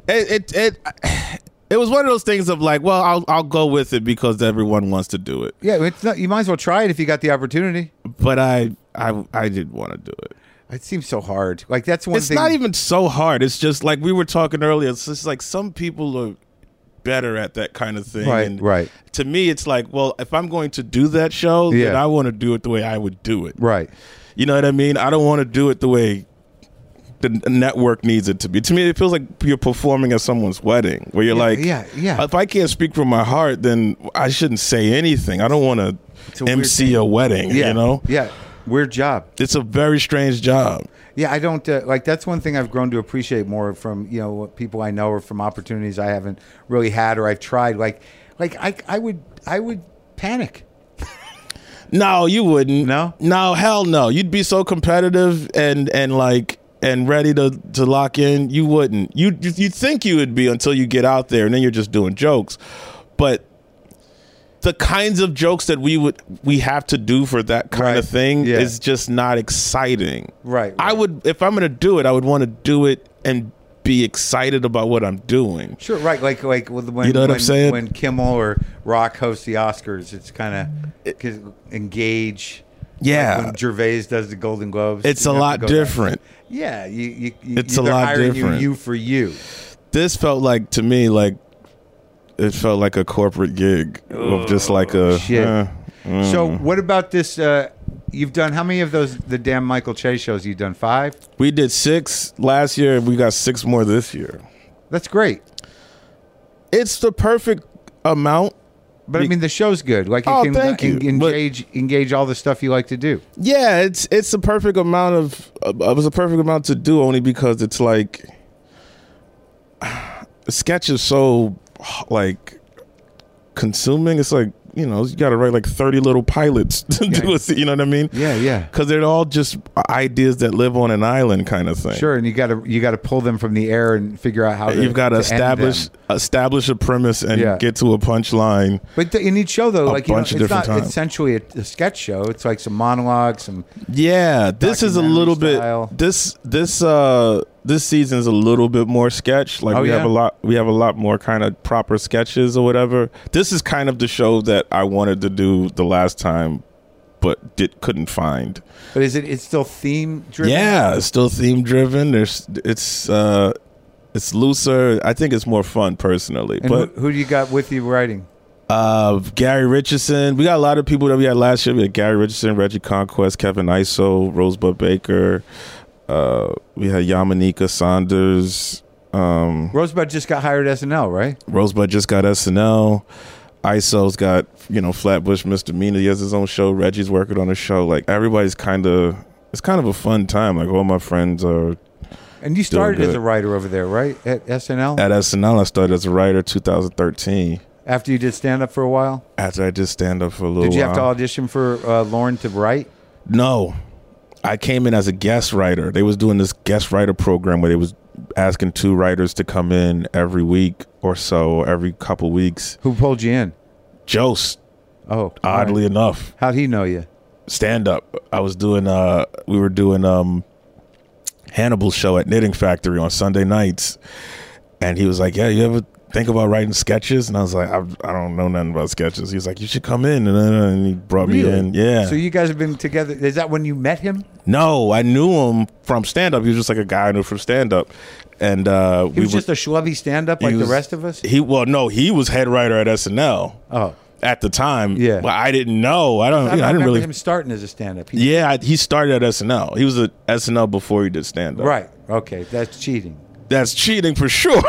S3: It it it, it was one of those things of like, well, I'll I'll go with it because everyone wants to do it.
S4: Yeah. It's not, you might as well try it if you got the opportunity.
S3: But I I I didn't want to do it.
S4: It seems so hard. Like that's one
S3: it's
S4: thing.
S3: not even so hard. It's just like we were talking earlier. It's just like some people are better at that kind of thing.
S4: Right,
S3: and
S4: right.
S3: To me, it's like, well, if I'm going to do that show, then
S4: Yeah.
S3: I want to do it the way I would do it.
S4: Right.
S3: You know what I mean? I don't want to do it the way the n- network needs it to be. To me, it feels like you're performing at someone's wedding where you're like,
S4: yeah, yeah.
S3: If I can't speak from my heart, then I shouldn't say anything. I don't want
S4: a
S3: to
S4: weird
S3: MC a wedding,
S4: Yeah.
S3: you know?
S4: Yeah. Weird job.
S3: It's a very strange job.
S4: Yeah, I don't uh, like. That's one thing I've grown to appreciate more from you know what people I know or from opportunities I haven't really had or I've tried. Like, like I, I would, I would panic.
S3: No, you wouldn't.
S4: No?
S3: No, hell no. You'd be so competitive and and like and ready to to lock in. You wouldn't. You you you'd think you would be until you get out there and then you're just doing jokes. But the kinds of jokes that we would we have to do for that kind
S4: Right.
S3: of thing
S4: Yeah.
S3: is just not exciting.
S4: Right,
S3: I
S4: right.
S3: would if I'm going to do it, I would want to do it and be excited about what I'm doing.
S4: Sure, right? Like, like with- when
S3: You know what I'm
S4: when-
S3: saying?
S4: When Kimmel or Rock hosts the Oscars, it's kind of engage.
S3: Yeah.
S4: Like when Gervais does the Golden Globes,
S3: Uh, It's
S4: you
S3: a
S4: have to
S3: lot
S4: go back.
S3: different.
S4: Yeah, you, you, you
S3: It's a
S4: they're
S3: lot
S4: hiring you-
S3: different.
S4: You, for you.
S3: this felt like to me like it felt like a corporate gig of just like a
S4: Oh, shit.
S3: eh.
S4: So, what about this? Uh, you've done how many of those? The damn Michael Che shows you've done five.
S3: we did six last year and we got six more this year
S4: That's great.
S3: it's the perfect amount
S4: But I mean, the show's good. Like, you
S3: Oh,
S4: can
S3: thank you.
S4: en-
S3: But-
S4: engage engage all the stuff you like to do.
S3: yeah it's it's the perfect amount of uh, it was a perfect amount to do only because it's like the sketch is so like consuming it's like you know you gotta write like 30 little pilots to do a scene, you know what i mean
S4: Yeah, yeah.
S3: because they're all just ideas that live on an island kind of thing
S4: Sure, and you got to you got to pull them from the air and figure out how to,
S3: You've got to
S4: end them.
S3: establish establish a premise and
S4: Yeah.
S3: get to a punchline.
S4: But th- in each show, though,
S3: A
S4: like you know,
S3: bunch
S4: it's
S3: of
S4: not
S3: different times.
S4: essentially a, a sketch show. It's like some monologues, some
S3: Yeah, this is a
S4: Documentary
S3: little
S4: style.
S3: bit this this uh this season's a little bit more sketch. Like
S4: Oh,
S3: we have
S4: yeah?
S3: a lot we have a lot more kind of proper sketches or whatever. This is kind of the show that I wanted to do the last time but did couldn't find.
S4: but is it? It's still theme driven.
S3: Yeah, it's still theme driven. There's it's uh it's looser. I think it's more fun personally.
S4: And
S3: but
S4: who, who do you got with you writing?
S3: Uh, Gary Richardson. We got a lot of people that we had last year. We had Gary Richardson, Reggie Conquest, Kevin Iso, Rosebud Baker. Uh, we had Yamanika Saunders. Um,
S4: Rosebud just got hired SNL, right?
S3: Rosebud just got SNL. Iso's got you know Flatbush Misdemeanor. He has his own show. Reggie's working on a show. Like everybody's kind of it's kind of a fun time. Like all my friends are
S4: And you started as
S3: good.
S4: a writer over there, right? At SNL
S3: at SNL. I started as a writer 2013.
S4: after you did stand up for a while.
S3: After I just stand up for a little.
S4: Did you have to
S3: while.
S4: audition for uh, Lauren to write?
S3: No, I came in as a guest writer. They was doing this guest writer program where they was asking two writers to come in every week or so, every couple weeks.
S4: Who pulled you in?
S3: Jost,
S4: Oh,
S3: oddly
S4: alright.
S3: enough,
S4: how'd he know you?
S3: stand up. I was doing. uh We were doing um Hannibal's show at Knitting Factory on Sunday nights, and he was like, "Yeah, you ever?" Think about writing sketches, and I was like, I, I don't know nothing about sketches. He was like, you should come in, and then and he brought me in. Yeah.
S4: So you guys have been together. Is that when you met him?
S3: No, I knew him from stand up. He was just like a guy I knew from stand up. And uh
S4: He was just a schlubby stand up like the rest of us?
S3: He well no, he was head writer at SNL
S4: oh.
S3: at the time.
S4: Yeah.
S3: But I didn't know. I don't
S4: I,
S3: you know, I, didn't
S4: remember
S3: really
S4: him starting as a stand up.
S3: Yeah, I, he started at SNL. He was at SNL before he did stand up.
S4: Right. Okay. That's cheating.
S3: That's cheating for sure.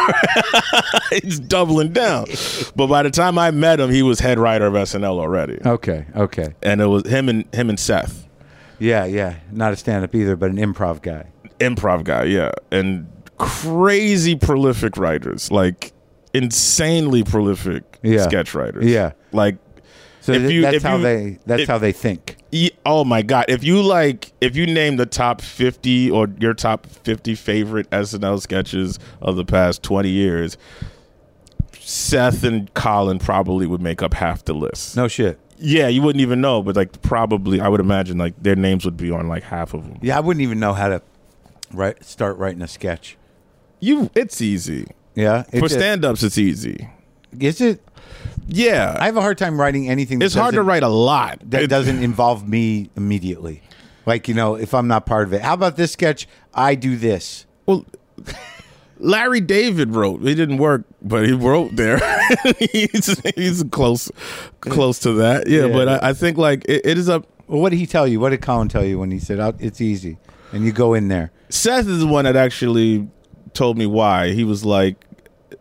S3: He's doubling down. but by the time I met him, he was head writer of SNL already.
S4: Okay. Okay.
S3: And it was him and him and Seth.
S4: Yeah. Yeah. Not a stand up either, but an improv guy.
S3: improv guy, yeah, and crazy prolific writers, like insanely prolific
S4: Yeah.
S3: sketch writers.
S4: Yeah.
S3: like
S4: So
S3: If
S4: th-
S3: you-
S4: that's
S3: if
S4: how
S3: you-
S4: they that's
S3: if-
S4: how they think.
S3: e- oh my god, if you like, if you name the top fifty or your top fifty favorite SNL sketches of the past twenty years. Seth and Colin probably would make up half the list.
S4: No shit.
S3: Yeah, you wouldn't even know, but like probably I would imagine like their names would be on like half of them.
S4: Yeah, I wouldn't even know how to write start writing a sketch.
S3: You it's easy.
S4: Yeah.
S3: For
S4: it's a-
S3: stand-ups it's easy.
S4: Is it
S3: Yeah.
S4: I have a hard time writing anything that
S3: It's hard to
S4: doesn't-
S3: write a lot.
S4: that
S3: It-
S4: doesn't involve me immediately. Like, you know, if I'm not part of it. How about this sketch? I do this.
S3: Well, Larry David wrote. He didn't work, but he wrote there. he's, he's close, close to that. Yeah,
S4: Yeah.
S3: but I, I think like it, it is up.
S4: Well, what did he tell you? What did Colin tell you when he said "I'll- it's easy and you go in there?
S3: Seth is the one that actually told me why. He was like,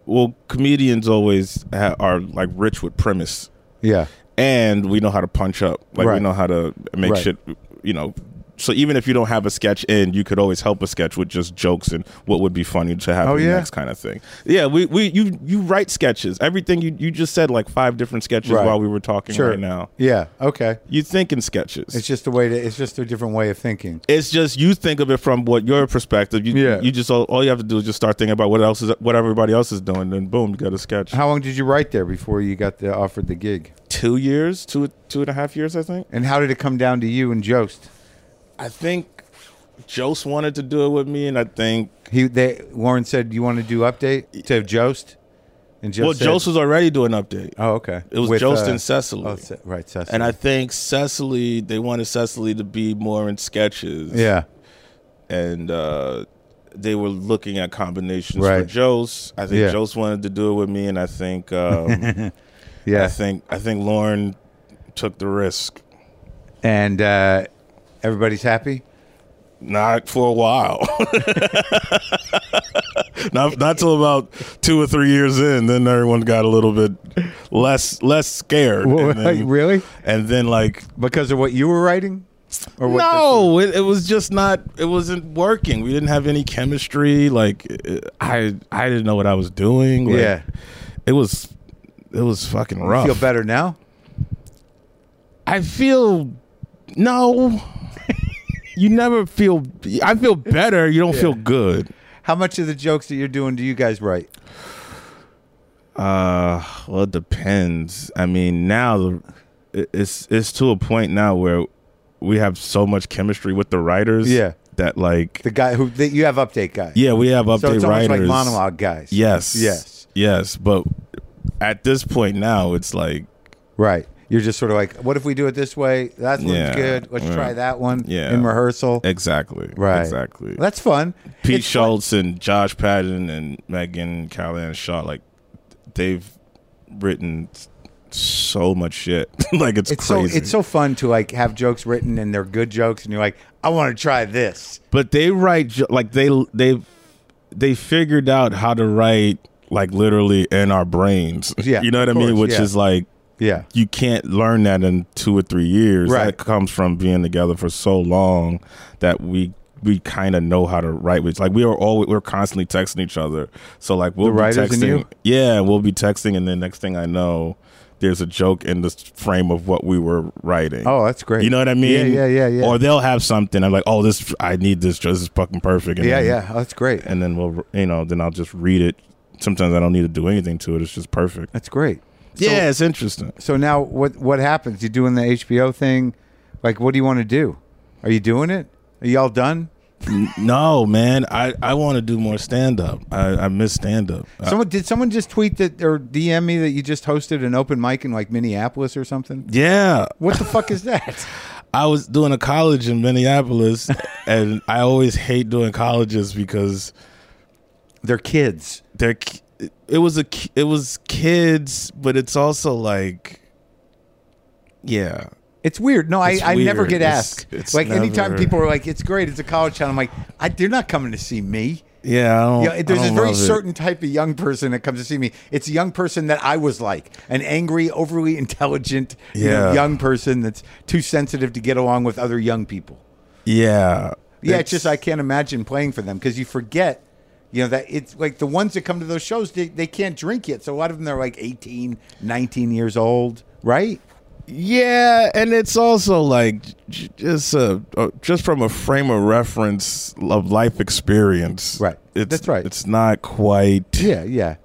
S3: "Well, comedians always ha- are like rich with premise,
S4: Yeah.
S3: and we know how to punch up. Like we
S4: Right.
S3: know how to make
S4: Right.
S3: shit. You know." So even if you don't have a sketch in, you could always help a sketch with just jokes and what would be funny to happen
S4: Oh, yeah?
S3: next kind of thing. Yeah, we, we you you write sketches. Everything you, you just said like five different sketches
S4: Right.
S3: while we were talking
S4: Sure.
S3: right now.
S4: Yeah. Okay.
S3: You think in sketches.
S4: It's just a way to. It's just a different way of thinking.
S3: it's just you think of it from what your perspective. You,
S4: Yeah.
S3: you just all, all you have to do is just start thinking about what else is what everybody else is doing. Then boom, you got a sketch.
S4: How long did you write there before you got the, offered the gig?
S3: two years, two two and a half years, I think.
S4: And how did it come down to you and Jost?
S3: I think Jose wanted to do it with me, and I think
S4: He they Warren said you want to do update to Jost, and Jost
S3: well,
S4: said-
S3: Jose was alalready doing update,
S4: Oh, okay.
S3: It was
S4: With,
S3: Jost and Cecily.
S4: Oh, Ce- right, Cecily.
S3: and I think Cecily they wanted Cecily to be more in sketches.
S4: yeah,
S3: and uh, they were looking at combinations for
S4: Right.
S3: Jose. I think
S4: Yeah.
S3: Jose wanted to do it with me, and I think. Um, I
S4: yeah.
S3: think I think Lauren took the risk.
S4: And uh, everybody's happy.
S3: Not for a while. not not till about two or three years in. Then everyone got a little bit less less scared. and then,
S4: really?
S3: and then, like
S4: Because of what you were writing, or what?
S3: no, it, it was just not. It wasn't working. We didn't have any chemistry. Like it- I I didn't know what I was doing. Like,
S4: Yeah.
S3: it was it was fucking rough.
S4: feel better now.
S3: I feel no. you never feel. I feel better. You don't feel good.
S4: How much of the jokes that you're doing do you guys write?
S3: Uh, well, it depends. I mean, now the- it- it's it's to a point now where we have so much chemistry with the writers.
S4: Yeah.
S3: that like
S4: The guy who that you have update guy.
S3: yeah, we have update
S4: so it's almost
S3: writers.
S4: like monologue guys.
S3: Yes.
S4: Yes.
S3: Yes. But at this point now, it's like
S4: Right. You're just sort of like, what if we do it this way? That's one's
S3: Yeah.
S4: good. Let's
S3: Yeah.
S4: try that one.
S3: Yeah.
S4: In rehearsal.
S3: exactly
S4: right.
S3: exactly.
S4: That's fun.
S3: Pete
S4: It's fun.
S3: Schultz and Josh Patton and Megan Callahan Shaw, like they've written s- so much shit. like it's,
S4: It's
S3: crazy.
S4: so it's so fun to like have jokes written and they're good jokes and you're like, I want to try this.
S3: but they write jo- like they they they figured out how to write like literally in our brains.
S4: Yeah,
S3: you know what I
S4: of
S3: mean.
S4: course,
S3: Which
S4: yeah.
S3: is like
S4: Yeah.
S3: you can't learn that in two or three years.
S4: Right.
S3: That comes from being together for so long that we we kind of know how to write. It's like we are all we're constantly texting each other. So like we'll
S4: The
S3: be
S4: writers and
S3: texting.
S4: you?
S3: Yeah, we'll be texting, and then next thing I know, there's a joke in the frame of what we were writing.
S4: Oh, that's great.
S3: You know what I mean?
S4: Yeah, yeah, yeah, yeah.
S3: Or they'll have something. I'm like, oh, this I need this. This is fucking perfect. And
S4: yeah,
S3: then-
S4: yeah. Oh, that's great.
S3: And then we'll you know then I'll just read it. Sometimes I don't need to do anything to it. It's just perfect.
S4: That's great. So-
S3: yeah, it's interesting.
S4: So now what what happens? You doing the HBO thing? Like what do you want to do? Are you doing it? Are y'all done?
S3: No, man. I, I want to do more stand up. I, I miss stand up.
S4: Someone did someone just tweet that or DM me that you just hosted an open mic in like Minneapolis or something?
S3: yeah.
S4: What the fuck is that?
S3: I was doing a college in Minneapolis, and I always hate doing colleges because
S4: They're kids.
S3: they're. ki- It was a. ki- It was kids, but it's also like, yeah.
S4: It's weird. No,
S3: It's
S4: I, I never
S3: weird.
S4: get
S3: It's-
S4: asked.
S3: it's
S4: like anytime
S3: never-
S4: people are like, "It's great. It's a college town." I'm like, I, "They're not coming to see me."
S3: Yeah, I don't.
S4: Yeah, there's
S3: I
S4: this
S3: don't
S4: very
S3: love it.
S4: certain type of young person that comes to see me. It's a young person that I was like, an angry, overly intelligent, you know,
S3: Yeah.
S4: young person that's too sensitive to get along with other young people.
S3: Yeah,
S4: Yeah, it's, just I can't imagine playing for them because you forget, you know, that it's like the ones that come to those shows, they, they can't drink yet. So a lot of them are like 18, 19 years old, right?
S3: Yeah, and it's also like j- just a uh, just from a frame of reference of life experience.
S4: Right.
S3: It's,
S4: That's right.
S3: It's not quite.
S4: Yeah, yeah.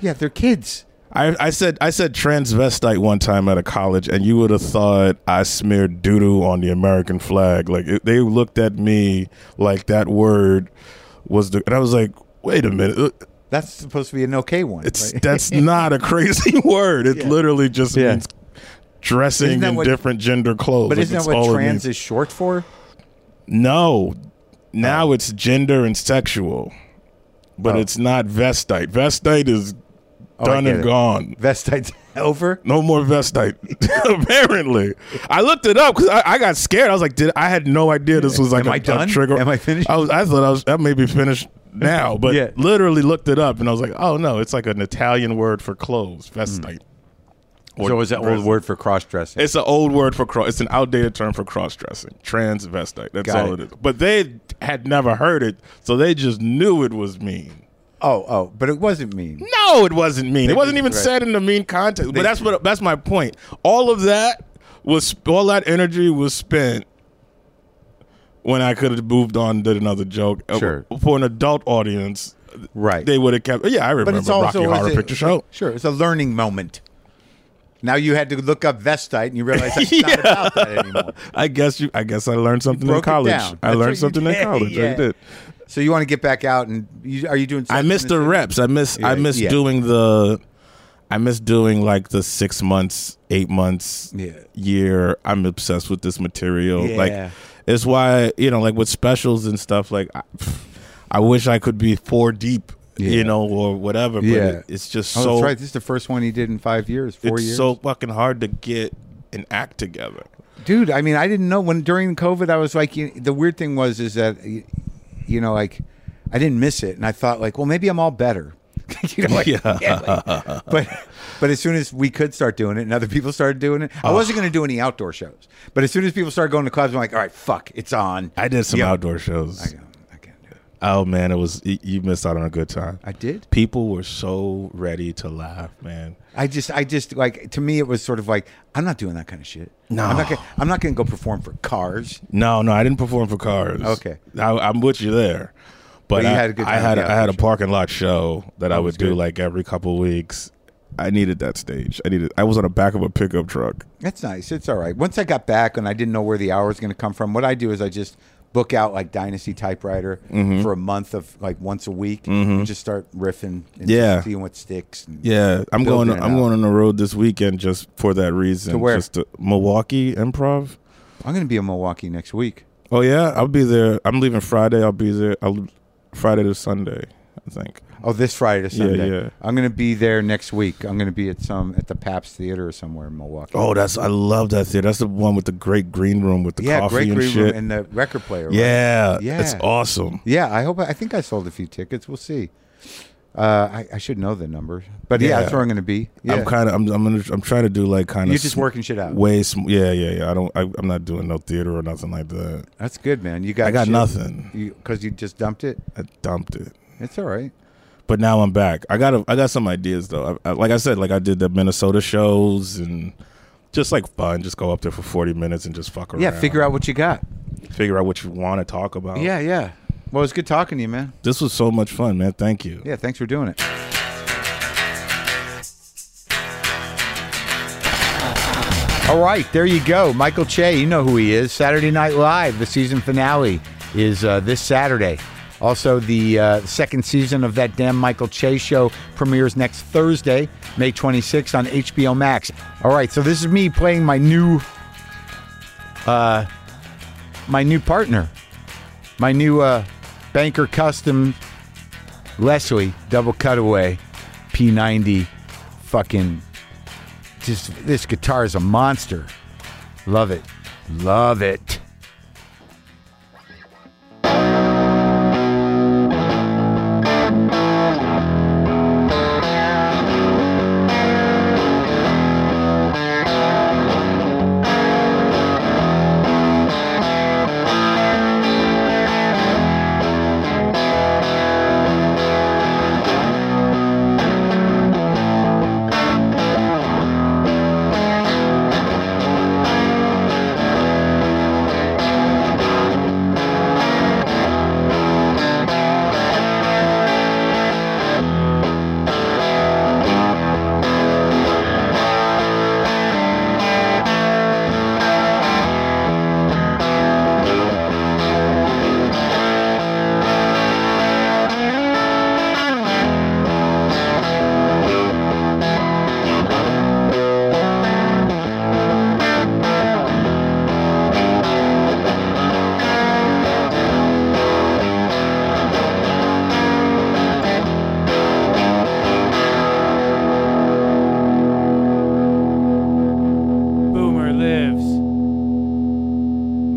S4: Yeah, they're kids.
S3: I, I said I said transvestite one time at a college, and you would have thought I smeared doodoo on the American flag. Like it, they looked at me like that word was the, and I was like, wait a minute, uh,
S4: That's supposed to be an okay one.
S3: it's
S4: right?
S3: that's not a crazy word. It
S4: Yeah.
S3: literally just
S4: Yeah.
S3: means dressing
S4: Isn't that
S3: in
S4: what-
S3: different gender clothes.
S4: but
S3: Like,
S4: isn't that
S3: it's
S4: what
S3: all it
S4: trans
S3: means.
S4: is short for?
S3: No, now it's gender and sexual. but
S4: Oh.
S3: it's not Vestite. Vestite is
S4: I
S3: done
S4: get
S3: and
S4: it.
S3: gone.
S4: Vestite's over.
S3: No more Vestite. Apparently, I looked it up because I, I got scared. I was like, "Did I had no idea this was like
S4: Am
S3: a,
S4: I
S3: a
S4: done?
S3: trigger?
S4: Am I finished?
S3: I was. I thought I was. I may be finished now, but
S4: Yeah.
S3: literally looked it up and I was like, "Oh no, it's like an Italian word for clothes, Vestite." Or
S4: Hmm. So is that old
S3: dress-
S4: word for cross dressing?
S3: It's an old word for cross. It's an outdated term for cross dressing, transvestite. That's
S4: Got
S3: all
S4: it.
S3: it is. But they had never heard it, so they just knew it was mean.
S4: Oh, oh, but it wasn't mean.
S3: No, it wasn't mean. it wasn't even
S4: right.
S3: said in the mean context.
S4: They-
S3: but that's what that's my point. All of that was all that energy was spent when I could have moved on and did another joke. Uh,
S4: Sure.
S3: For an adult audience,
S4: Right.
S3: they would have kept Yeah, I remember
S4: but it's also
S3: Rocky
S4: was
S3: Horror
S4: it-
S3: Picture Show.
S4: Sure, it's a learning moment. Now you had to look up Vestite, and you realize that's not about that anymore.
S3: I guess you I guess I learned something in
S4: broke it
S3: college.
S4: down.
S3: I
S4: That's what you
S3: learned something
S4: did.
S3: in college.
S4: Yeah.
S3: I did.
S4: So you want to get back out, and you, are you doing?
S3: I
S4: sets
S3: miss
S4: in
S3: the
S4: city?
S3: reps. I miss
S4: Yeah,
S3: I miss
S4: yeah.
S3: doing the I miss doing like the six months, eight months,
S4: Yeah.
S3: year. I'm obsessed with this material.
S4: Yeah.
S3: Like it's why, you know, like with specials and stuff, like I, I wish I could be four deep,
S4: Yeah.
S3: you know, or whatever. But
S4: Yeah.
S3: it- it's just
S4: Oh,
S3: so
S4: that's right. This is the first one he did in five years, four
S3: it's
S4: years.
S3: so fucking hard to get an act together.
S4: dude i mean i didn't know when during covid i was like you, the weird thing was is that y- you know like i didn't miss it and i thought like well maybe i'm all better you know, like,
S3: Yeah.
S4: yeah, like- but but as soon as we could start doing it and other people started doing it
S3: Oh.
S4: i wasn't going to do any outdoor shows but as soon as people started going to clubs i'm like all right fuck it's on
S3: I did some
S4: Yeah.
S3: outdoor shows.
S4: I can't- I can't do it.
S3: Oh man, it was y- you missed out on a good time.
S4: I did?
S3: People were so ready to laugh, man.
S4: I just, I just like to me, it was sort of like I'm not doing that kind of shit.
S3: No.
S4: I'm not. Gonna, I'm not going to go perform for cars.
S3: No, no, I didn't perform for cars.
S4: Okay.
S3: I, I'm with you there. But
S4: But you
S3: I
S4: had a good
S3: I
S4: time
S3: had
S4: at the
S3: I had a
S4: outdoor
S3: parking lot show that I
S4: was
S3: would do
S4: good.
S3: like every couple weeks. I needed that stage. I needed. I was on the back of a pickup truck.
S4: That's nice. It's all right. Once I got back and I didn't know where the hour was going to come from, what I do is I just book out like Dynasty Typewriter
S3: Mm-hmm.
S4: for a month of like once a week and just start riffing and
S3: Yeah.
S4: just seeing what sticks. And
S3: Yeah, I'm
S4: Building
S3: going.
S4: it
S3: I'm
S4: out.
S3: going on the road this weekend just for that reason.
S4: To where?
S3: Just to Milwaukee Improv.
S4: I'm going to be in Milwaukee next week.
S3: Oh yeah, I'll be there. I'm leaving Friday. I'll be there. I'll, Friday to Sunday, I think.
S4: Oh, this Friday to Sunday.
S3: yeah.
S4: I'm going to be there next week. I'm going to be at some at the Paps Theater or somewhere in Milwaukee.
S3: Oh, that's I love that theater. That's the one with the great green room with the
S4: yeah,
S3: coffee
S4: great
S3: and
S4: green
S3: shit.
S4: room and the record player. right?
S3: yeah, it's
S4: Yeah.
S3: awesome.
S4: Yeah, I hope. I think I sold a few tickets. We'll see. Uh, I, I should know the number, but yeah,
S3: Yeah.
S4: that's where I'm going to be. Yeah.
S3: I'm kind of I'm I'm, gonna, I'm trying to do like kind of
S4: You're just working shit out.
S3: Way sm- yeah yeah yeah. I don't I, I'm not doing no theater or nothing like that.
S4: That's good, man. You got
S3: I got
S4: shit.
S3: nothing.
S4: You because you just dumped it.
S3: I dumped it.
S4: It's all right.
S3: But now I'm back. I got a, I got some ideas though. I, I, like I said, like I did the Minnesota shows and just like fun. Just go up there for 40 minutes and just fuck around. Oh.
S4: Yeah, figure out what you got.
S3: figure out what you want to talk about.
S4: Yeah, yeah. Well, it's good talking to you, man.
S3: this was so much fun, man. Thank you.
S4: Yeah, thanks for doing it. All right, there you go. Michael Che, you know who he is. Saturday Night Live, the season finale is uh, this Saturday. Also, the uh, second season of that damn Michael Che show premieres next Thursday, May 26th on HBO Max. All right, so this is me playing my new, uh, my new partner, my new uh, banker custom Leslie, double cutaway, P90, fucking, just this guitar is a monster. Love it, love it.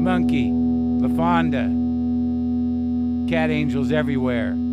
S4: Funky, La Fonda, Cat Angels Everywhere.